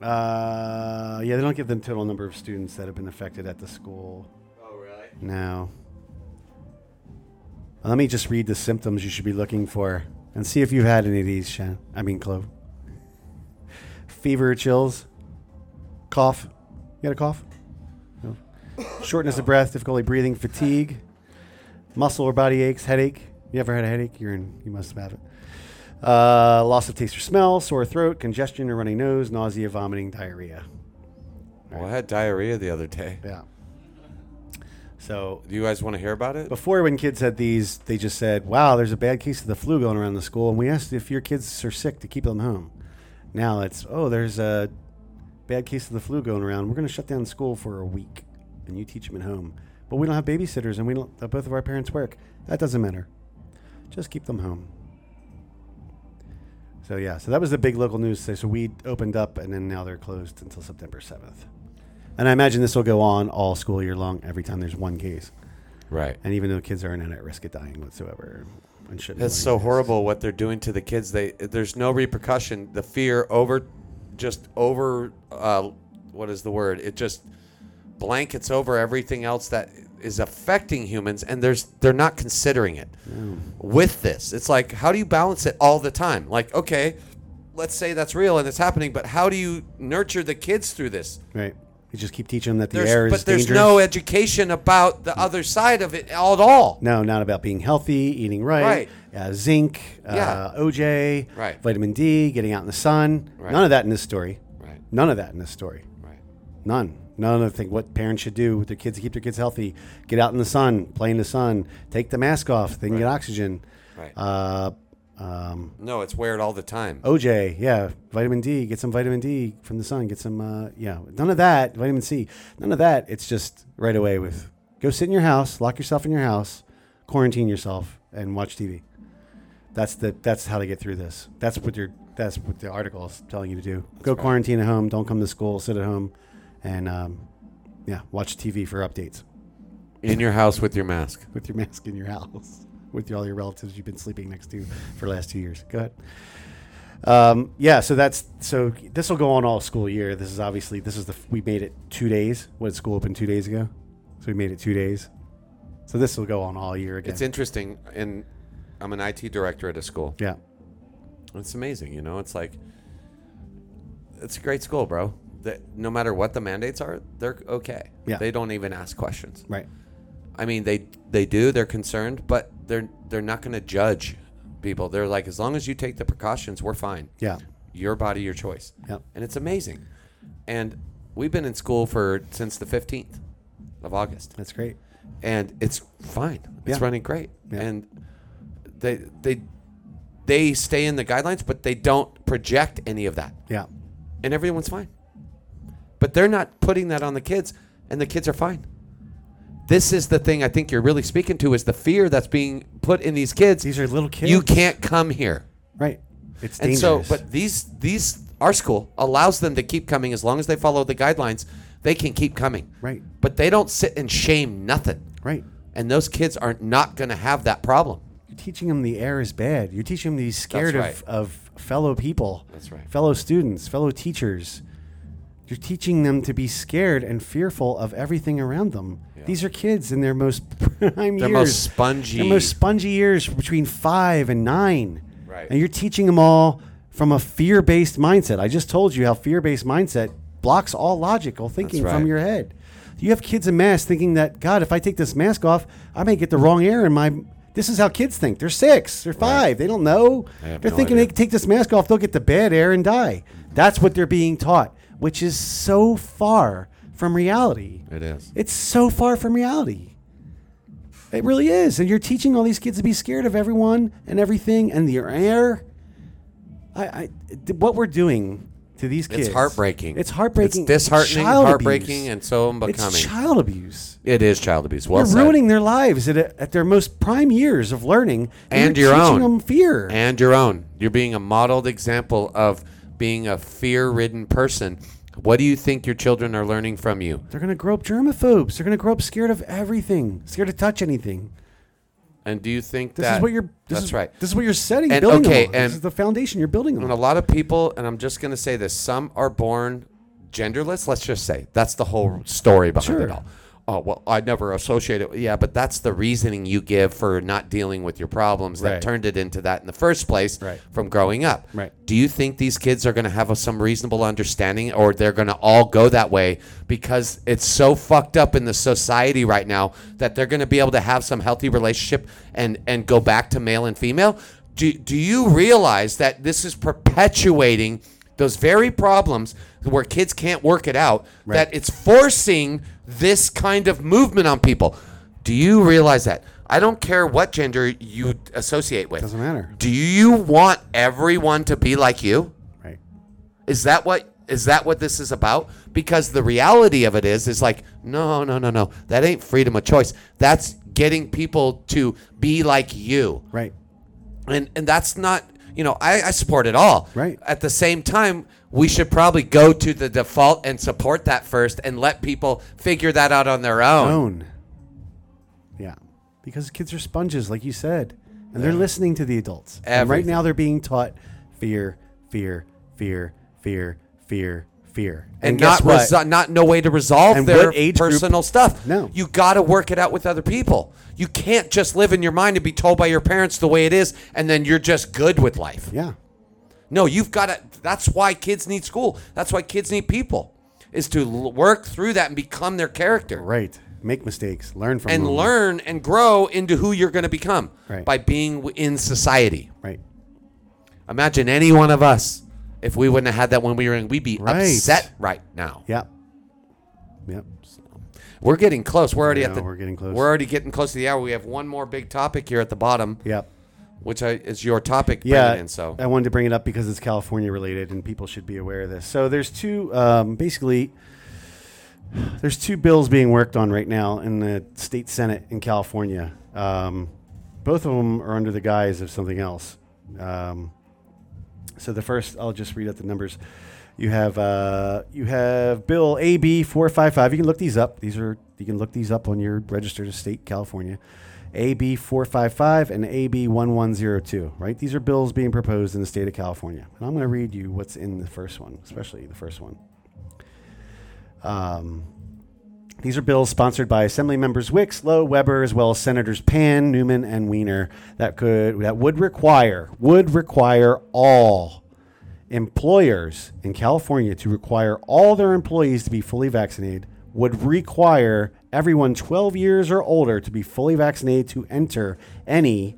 Uh, yeah, they don't give the total number of students that have been affected at the school Oh, really? now. Let me just read the symptoms you should be looking for and see if you've had any of these, Shan. I mean, Chloe. Fever, or chills, cough. You got a cough? No. Shortness of breath, difficulty breathing, fatigue, muscle or body aches, headache. You ever had a headache? You're in, you must have had it. Uh, loss of taste or smell, sore throat, congestion or runny nose, nausea, vomiting, diarrhea. Well, I had diarrhea the other day. Yeah. So Do you guys want to hear about it? Before, when kids had these, they just said, "Wow, there's a bad case of the flu going around the school," and we asked if your kids are sick to keep them home. Now it's, "Oh, there's a bad case of the flu going around. We're going to shut down school for a week, and you teach them at home." But we don't have babysitters, and we don't. uh, Both of our parents work. That doesn't matter. Just keep them home. So yeah, so that was the big local news. today. So we opened up, and then now they're closed until September seventh. And I imagine this will go on all school year long. Every time there's one case. Right. And even though kids aren't at risk of dying whatsoever, and shouldn't. That's really so exist. horrible what they're doing to the kids. They there's no repercussion. The fear over, just over. Uh, what is the word? It just blankets over everything else that is affecting humans, and there's they're not considering it. Mm. With this, it's like how do you balance it all the time? Like okay, let's say that's real and it's happening, but how do you nurture the kids through this? Right. You just keep teaching them that the There's, air is but there's dangerous. no education about the other side of it at all. No, not about being healthy, eating right, Right. Uh, zinc, Yeah. uh, OJ, Right. vitamin D, getting out in the sun. Right. None of that in this story. Right. None of that in this story. Right. None. None of the thing what parents should do with their kids to keep their kids healthy. Get out in the sun, play in the sun, take the mask off, they can get oxygen. Right. Uh, um, No, it's weird all the time. OJ, yeah, vitamin D. Get some vitamin D from the sun. Get some, uh, yeah, none of that. Vitamin C, none of that. It's just right away with go sit in your house, lock yourself in your house, quarantine yourself, and watch TV. That's the that's how to get through this. That's what your that's what the article is telling you to do. go quarantine at home. Don't come to school. Sit at home, and um, yeah, watch TV for updates In your house with your mask. with your mask in your house with your, all your relatives you've been sleeping next to for the last two years. Go ahead. Um, yeah, so that's so this will go on all school year. This is obviously this is the we made it two days. What school opened two days ago, so we made it two days. So this will go on all year again. It's interesting, and I'm an IT director at a school, yeah, It's amazing, you know. It's like it's a great school, bro. That no matter what the mandates are, they're okay. Yeah. They don't even ask questions. Right. I mean, they they do. They're concerned, but they're they're not going to judge people. They're like, as long as you take the precautions, we're fine. Yeah. Your body, your choice. Yep. And it's amazing. And we've been in school for since the fifteenth of August, That's great. and it's fine. It's Yeah. running great. Yeah. And they they they stay in the guidelines, but they don't project any of that, Yeah. and everyone's fine. But they're not putting that on the kids, and the kids are fine. This is the thing I think you're really speaking to is the fear that's being put in these kids. These are little kids. You can't come here. Right. It's And dangerous. so, but these these our school allows them to keep coming as long as they follow the guidelines. They can keep coming, Right. But they don't sit and shame nothing, right. And those kids are not going to have that problem. You're teaching them the air is bad. You're teaching them that he's scared right. of, of fellow people. That's right. Fellow students, fellow teachers. You're teaching them to be scared and fearful of everything around them. Yeah. These are kids in their most prime Their years. most spongy. Their most spongy years between five and nine. Right. And you're teaching them all from a fear based mindset. I just told you how fear based mindset blocks all logical thinking right. from your head. You have kids in masks thinking that, God, if I take this mask off, I may get the wrong air in my. This is how kids think. They're six, they're five, they don't know. They have They're no thinking idea. they can take this mask off, they'll get the bad air and die. That's what they're being taught, which is so far from reality. It is. It's so far from reality. It really is. And you're teaching all these kids to be scared of everyone and everything and the air. I, I th- what we're doing to these It's kids. heartbreaking. It's heartbreaking. It's disheartening, Child heartbreaking, abuse. and so It's unbecoming. child abuse. It is child abuse. Well, you're said. ruining their lives at, a, at their most prime years of learning, and you're your teaching own them fear. and your own you're being a modeled example of being a fear-ridden person what do you think your children are learning from you They're gonna grow up germaphobes. They're gonna grow up scared of everything, scared to touch anything. and do you think This that is what you're. This that's is, right This is what you're setting, And- building okay, on. this and- is the foundation you're building on. and a lot of people and i'm just going to say this some are born genderless let's just say that's the whole story behind it Sure. all oh well i never associated yeah but that's the reasoning you give for not dealing with your problems that Right. turned it into that in the first place Right. from growing up Right. do you think these kids are going to have a, some reasonable understanding or they're going to all go that way because it's so fucked up in the society right now that they're going to be able to have some healthy relationship and and go back to male and female do, do you realize that this is perpetuating those very problems where kids can't work it out that it's forcing this kind of movement on people do you realize that i don't care what gender you associate with Doesn't matter. do you want everyone to be like you? Right. Is that what is that what this is about? Because the reality of it is is like no, no, no, no. That ain't freedom of choice. That's getting people to be like you. Right. And and that's not you know, I, I support it all. Right. At the same time, we should probably go to the default and support that first and let people figure that out on their own. Own. Yeah. Because kids are sponges, like you said, and they're listening to the adults. And right Everything. now, they're being taught fear, fear, fear, fear, fear, fear, and, guess not resol- not no way to resolve And their what age group- personal stuff. No. you got to work it out with other people. You can't just live in your mind and be told by your parents the way it is, and then you're just good with life. Yeah. No, you've got to. That's why kids need school. That's why kids need people, is to l- work through that and become their character Right. Make mistakes. Learn from and them. learn and grow into who you're going to become Right. by being w- in society. Right. Imagine any one of us if we wouldn't have had that when we were in. We'd be Right. upset right now. Yep. Yep. We're getting close. We're already at I know, the. we're getting close. We're already getting close to the hour. We have one more big topic here at the bottom, Yep. which I, is your topic, Yeah, Brandon. So I wanted to bring it up because it's California related, and people should be aware of this. So there's two, um, basically, there's two bills being worked on right now in the state senate in California. Um, both of them are under the guise of something else. Um, so the first, I'll just read out the numbers. You have uh, you have Bill AB four five five. You can look these up. These are you can look these up on your registered estate, California. AB four five five and AB one one zero two. Right, these are bills being proposed in the state of California. And I'm going to read you what's in the first one, especially the first one. Um, These are bills sponsored by Assembly members Wicks, Lowe, Weber, as well as Senators Pan, Newman, and Weiner that could that would require would require all employers in California to require all their employees to be fully vaccinated would require everyone 12 years or older to be fully vaccinated to enter any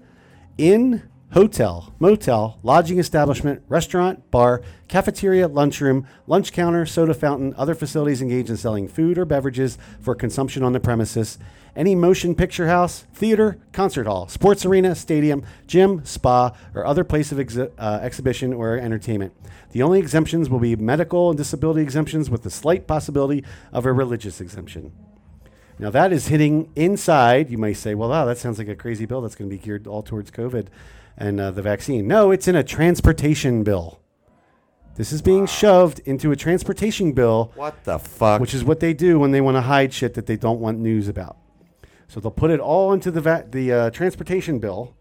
inn, hotel, motel, lodging establishment, restaurant, bar, cafeteria, lunchroom, lunch counter, soda fountain, other facilities engaged in selling food or beverages for consumption on the premises, any motion picture house, theater, concert hall, sports arena, stadium, gym, spa, or other place of exhi- uh, exhibition or entertainment. The only exemptions will be medical and disability exemptions with the slight possibility of a religious exemption. Now that is hitting inside. You may say, "Well, wow, that sounds like a crazy bill that's going to be geared all towards COVID and uh, the vaccine." No, it's in a transportation bill. This is being shoved into a transportation bill, What the fuck? which is what they do when they want to hide shit that they don't want news about. So they'll put it all into the va- the uh, transportation bill,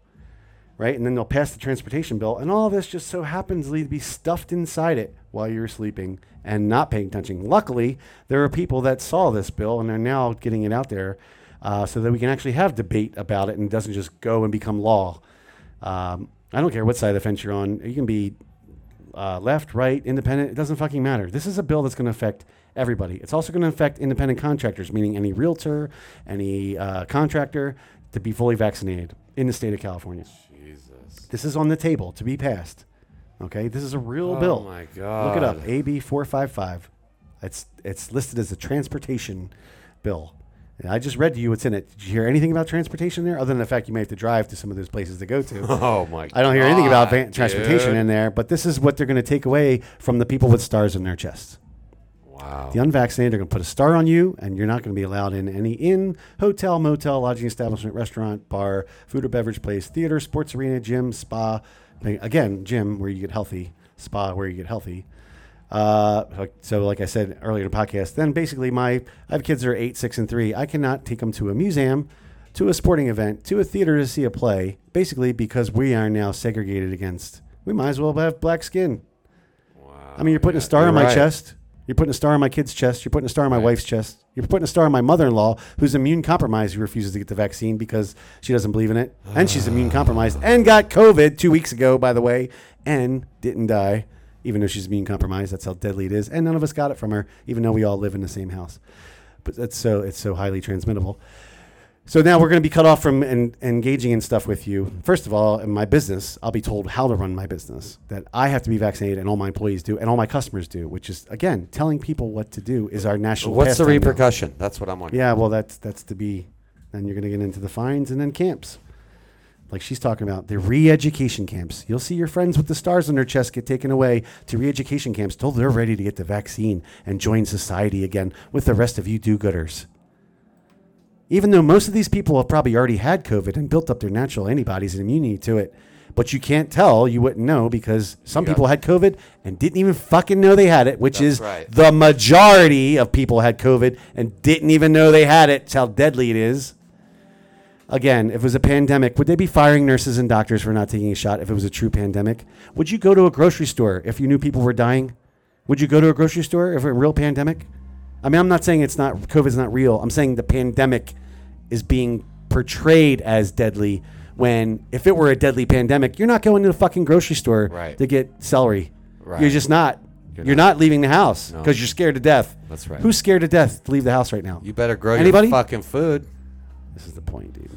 right? And then they'll pass the transportation bill, and all this just so happens to be stuffed inside it while you're sleeping and not paying attention. Luckily, there are people that saw this bill and are now getting it out there, uh, so that we can actually have debate about it and it doesn't just go and become law. Um, I don't care what side of the fence you're on. You can be uh, left, right, independent. It doesn't fucking matter. This is a bill that's going to affect everybody. It's also going to affect independent contractors, meaning any realtor, any uh, contractor, to be fully vaccinated in the state of California. Jesus. This is on the table to be passed. Okay, this is a real Oh bill. my Look it up. God. AB four five five. It's it's listed as a transportation bill. And I just read to you what's in it. Did you hear anything about transportation there, other than the fact you may have to drive to some of those places to go to? Oh my. I don't hear anything about van- God, transportation dude. in there, but this is what they're going to take away from the people with stars in their chests. Wow. The unvaccinated are going to put a star on you, and you're not going to be allowed in any inn, hotel, motel, lodging establishment, restaurant, bar, food or beverage place, theater, sports arena, gym, spa. Again, gym where you get healthy, spa where you get healthy. Uh, like- so, like I said earlier in the podcast, then basically my I have kids that are eight, six, and three. I cannot take them to a museum, to a sporting event, to a theater to see a play. Basically, because we are now segregated against. We might as well have black skin. Wow. I mean, you're putting a Yeah, star on you're my right. chest. You're putting a star on my kid's chest. You're putting a star on my wife's chest. You're putting a star on my mother-in-law, who's immune compromised, who refuses to get the vaccine because she doesn't believe in it, and she's Ah. immune compromised, and got COVID two weeks ago, by the way, and didn't die, even though she's immune compromised. That's how deadly it is, and none of us got it from her, even though we all live in the same house. But that's so it's so highly transmittable. So now we're going to be cut off from en- engaging in stuff with you. First of all, in my business, I'll be told how to run my business, that I have to be vaccinated and all my employees do and all my customers do, which is, again, telling people what to do is our national What's the pastime now. repercussion? That's what I'm wondering. Yeah, well, that's, that's to be, then you're going to get into the fines and then camps. Like she's talking about the re education camps. You'll see your friends with the stars on their chest get taken away to re education camps till they're ready to get the vaccine and join society again with the rest of you do gooders. Even though most of these people have probably already had COVID and built up their natural antibodies and immunity to it, but you can't tell, you wouldn't know because some Yeah. people had COVID and didn't even fucking know they had it, which That's is right. the majority of people had COVID and didn't even know they had it. It's how deadly it is. Again, if it was a pandemic, would they be firing nurses and doctors for not taking a shot if it was a true pandemic? Would you go to a grocery store if you knew people were dying? Would you go to a grocery store if it were a real pandemic? I mean, I'm not saying it's not COVID's not real. I'm saying the pandemic is being portrayed as deadly when if it were a deadly pandemic, you're not going to the fucking grocery store Right. to get celery. Right. You're just not. You're, You're not. leaving the house No. because you're scared to death. That's right. Who's scared to death to leave the house right now? You better grow Anybody? your fucking food. This is the point, dude.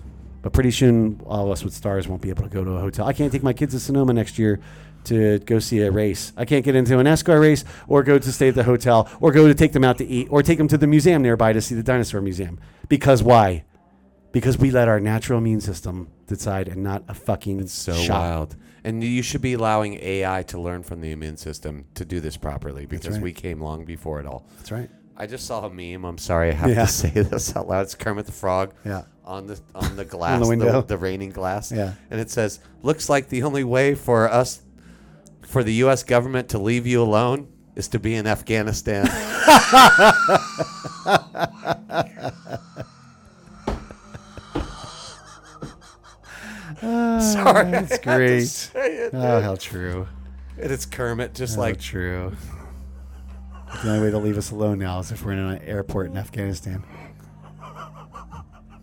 But pretty soon, all of us with stars won't be able to go to a hotel. I can't take my kids to Sonoma next year to go see a race. I can't get into an NASCAR race or go to stay at the hotel or go to take them out to eat or take them to the museum nearby to see the dinosaur museum. Because why? Because we let our natural immune system decide and not a fucking So shot. wild. And you should be allowing AI to learn from the immune system to do this properly because right. we came long before it all. That's right. I just saw a meme. I'm sorry, I have Yeah. to say this out loud. It's Kermit the Frog. Yeah. On the on the glass, the, window. the, raining glass. Yeah. And it says, "Looks like the only way for us, for the U.S. government to leave you alone, is to be in Afghanistan." sorry, I That's had to great. say it. Oh, how true. And it's Kermit, just How like true. The only way to leave us alone now is if we're in an airport in Afghanistan.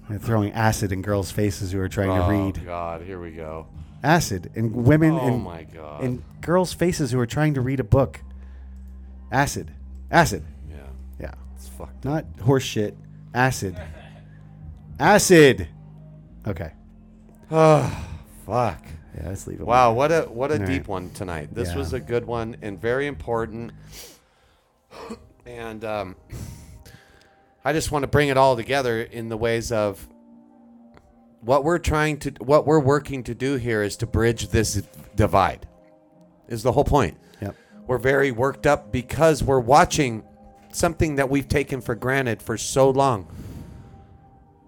They're throwing acid in girls' faces who are trying oh, to read. God, here we go. Acid in women Oh in, my God. in girls' faces who are trying to read a book. Acid. Acid. yeah, Yeah. it's fucked. Not horse shit. Acid. Acid. Okay. Oh, fuck. Yeah, let's leave it. Wow, what a what a All deep right. one tonight. This Yeah. was a good one and very important. And um, I just want to bring it all together in the ways of what we're trying to what we're working to do here is to bridge this divide. Is the whole point. Yep. We're very worked up because we're watching something that we've taken for granted for so long.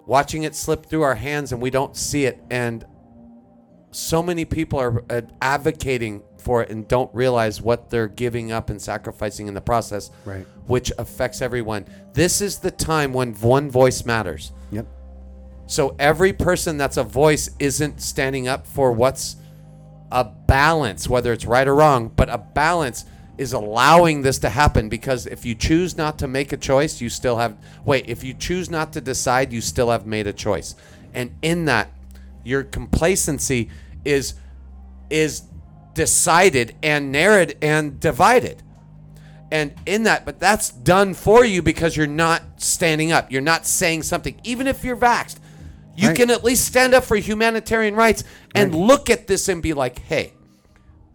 Watching it slip through our hands and we don't see it. And so many people are uh, advocating for it and don't realize what they're giving up and sacrificing in the process, Right. which affects everyone. This is the time when one voice matters. Yep. So every person that's a voice isn't standing up for what's a balance, whether it's right or wrong, but a balance is allowing this to happen because if you choose not to make a choice, you still have wait, if you choose not to decide, you still have made a choice. And in that, your complacency is is decided and narrowed and divided and in that but that's done for you because you're not standing up you're not saying something even if you're vaxxed you Right. can at least stand up for humanitarian rights and look at this and be like hey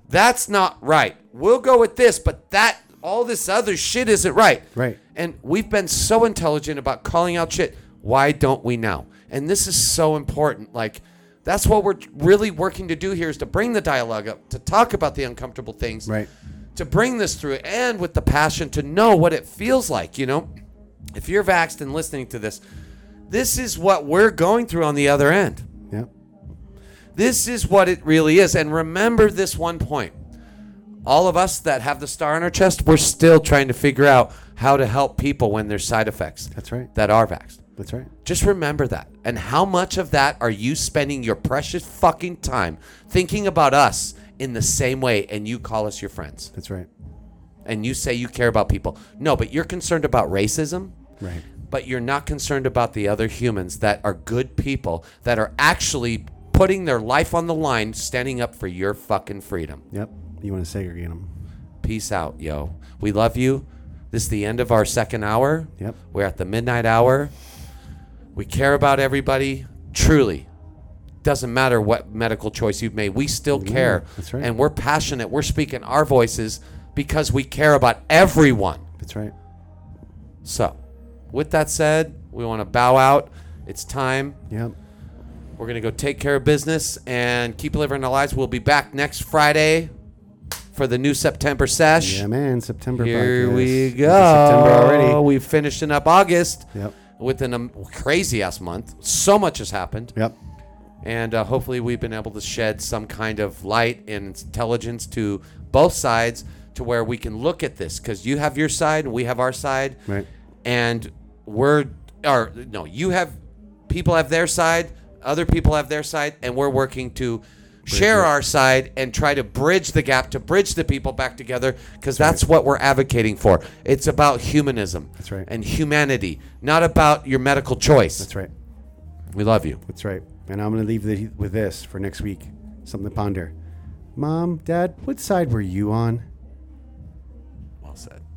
that's not right we'll go with this but that all this other shit isn't right Right. and we've been so intelligent about calling out shit why don't we now and this is so important like that's what we're really working to do here is to bring the dialogue up to talk about the uncomfortable things Right. to bring this through and with the passion to know what it feels like, you know? If you're vaxxed and listening to this, this is what we're going through on the other end. Yep. This is what it really is. And remember this one point. All of us that have the star on our chest, we're still trying to figure out how to help people when there's side effects That's right. that are vaxxed. That's right. Just remember that. And how much of that are you spending your precious fucking time thinking about us in the same way and you call us your friends? That's right. and you say you care about people. No, but you're concerned about racism, Right. but you're not concerned about the other humans that are good people that are actually putting their life on the line, standing up for your fucking freedom. Yep. You want to segregate them. Peace out, yo. We love you. This is the end of our second hour. Yep. We're at the midnight hour. We care about everybody. Truly. Doesn't matter what medical choice you've made. We still care. that's right. And we're passionate. We're speaking our voices because we care about everyone. That's right. So, with that said, we want to bow out. It's time. Yep. We're going to go take care of business and keep living our lives. We'll be back next Friday for the new September sesh. Yeah, man. September. Here podcast. we It's go. September already. We're finishing up August Yep. with an um, crazy ass month. So much has happened. Yep. And uh, hopefully, we've been able to shed some kind of light and intelligence to both sides to where we can look at this because you have your side and we have our side Right. and we're or no you have people have their side other people have their side and we're working to share our side and try to bridge the gap to bridge the people back together because that's what we're advocating for it's about humanism That's right. and humanity not about your medical choice That's right. we love you That's right. And I'm going to leave the, with this for next week. Something to ponder. Mom, Dad, what side were you on? well said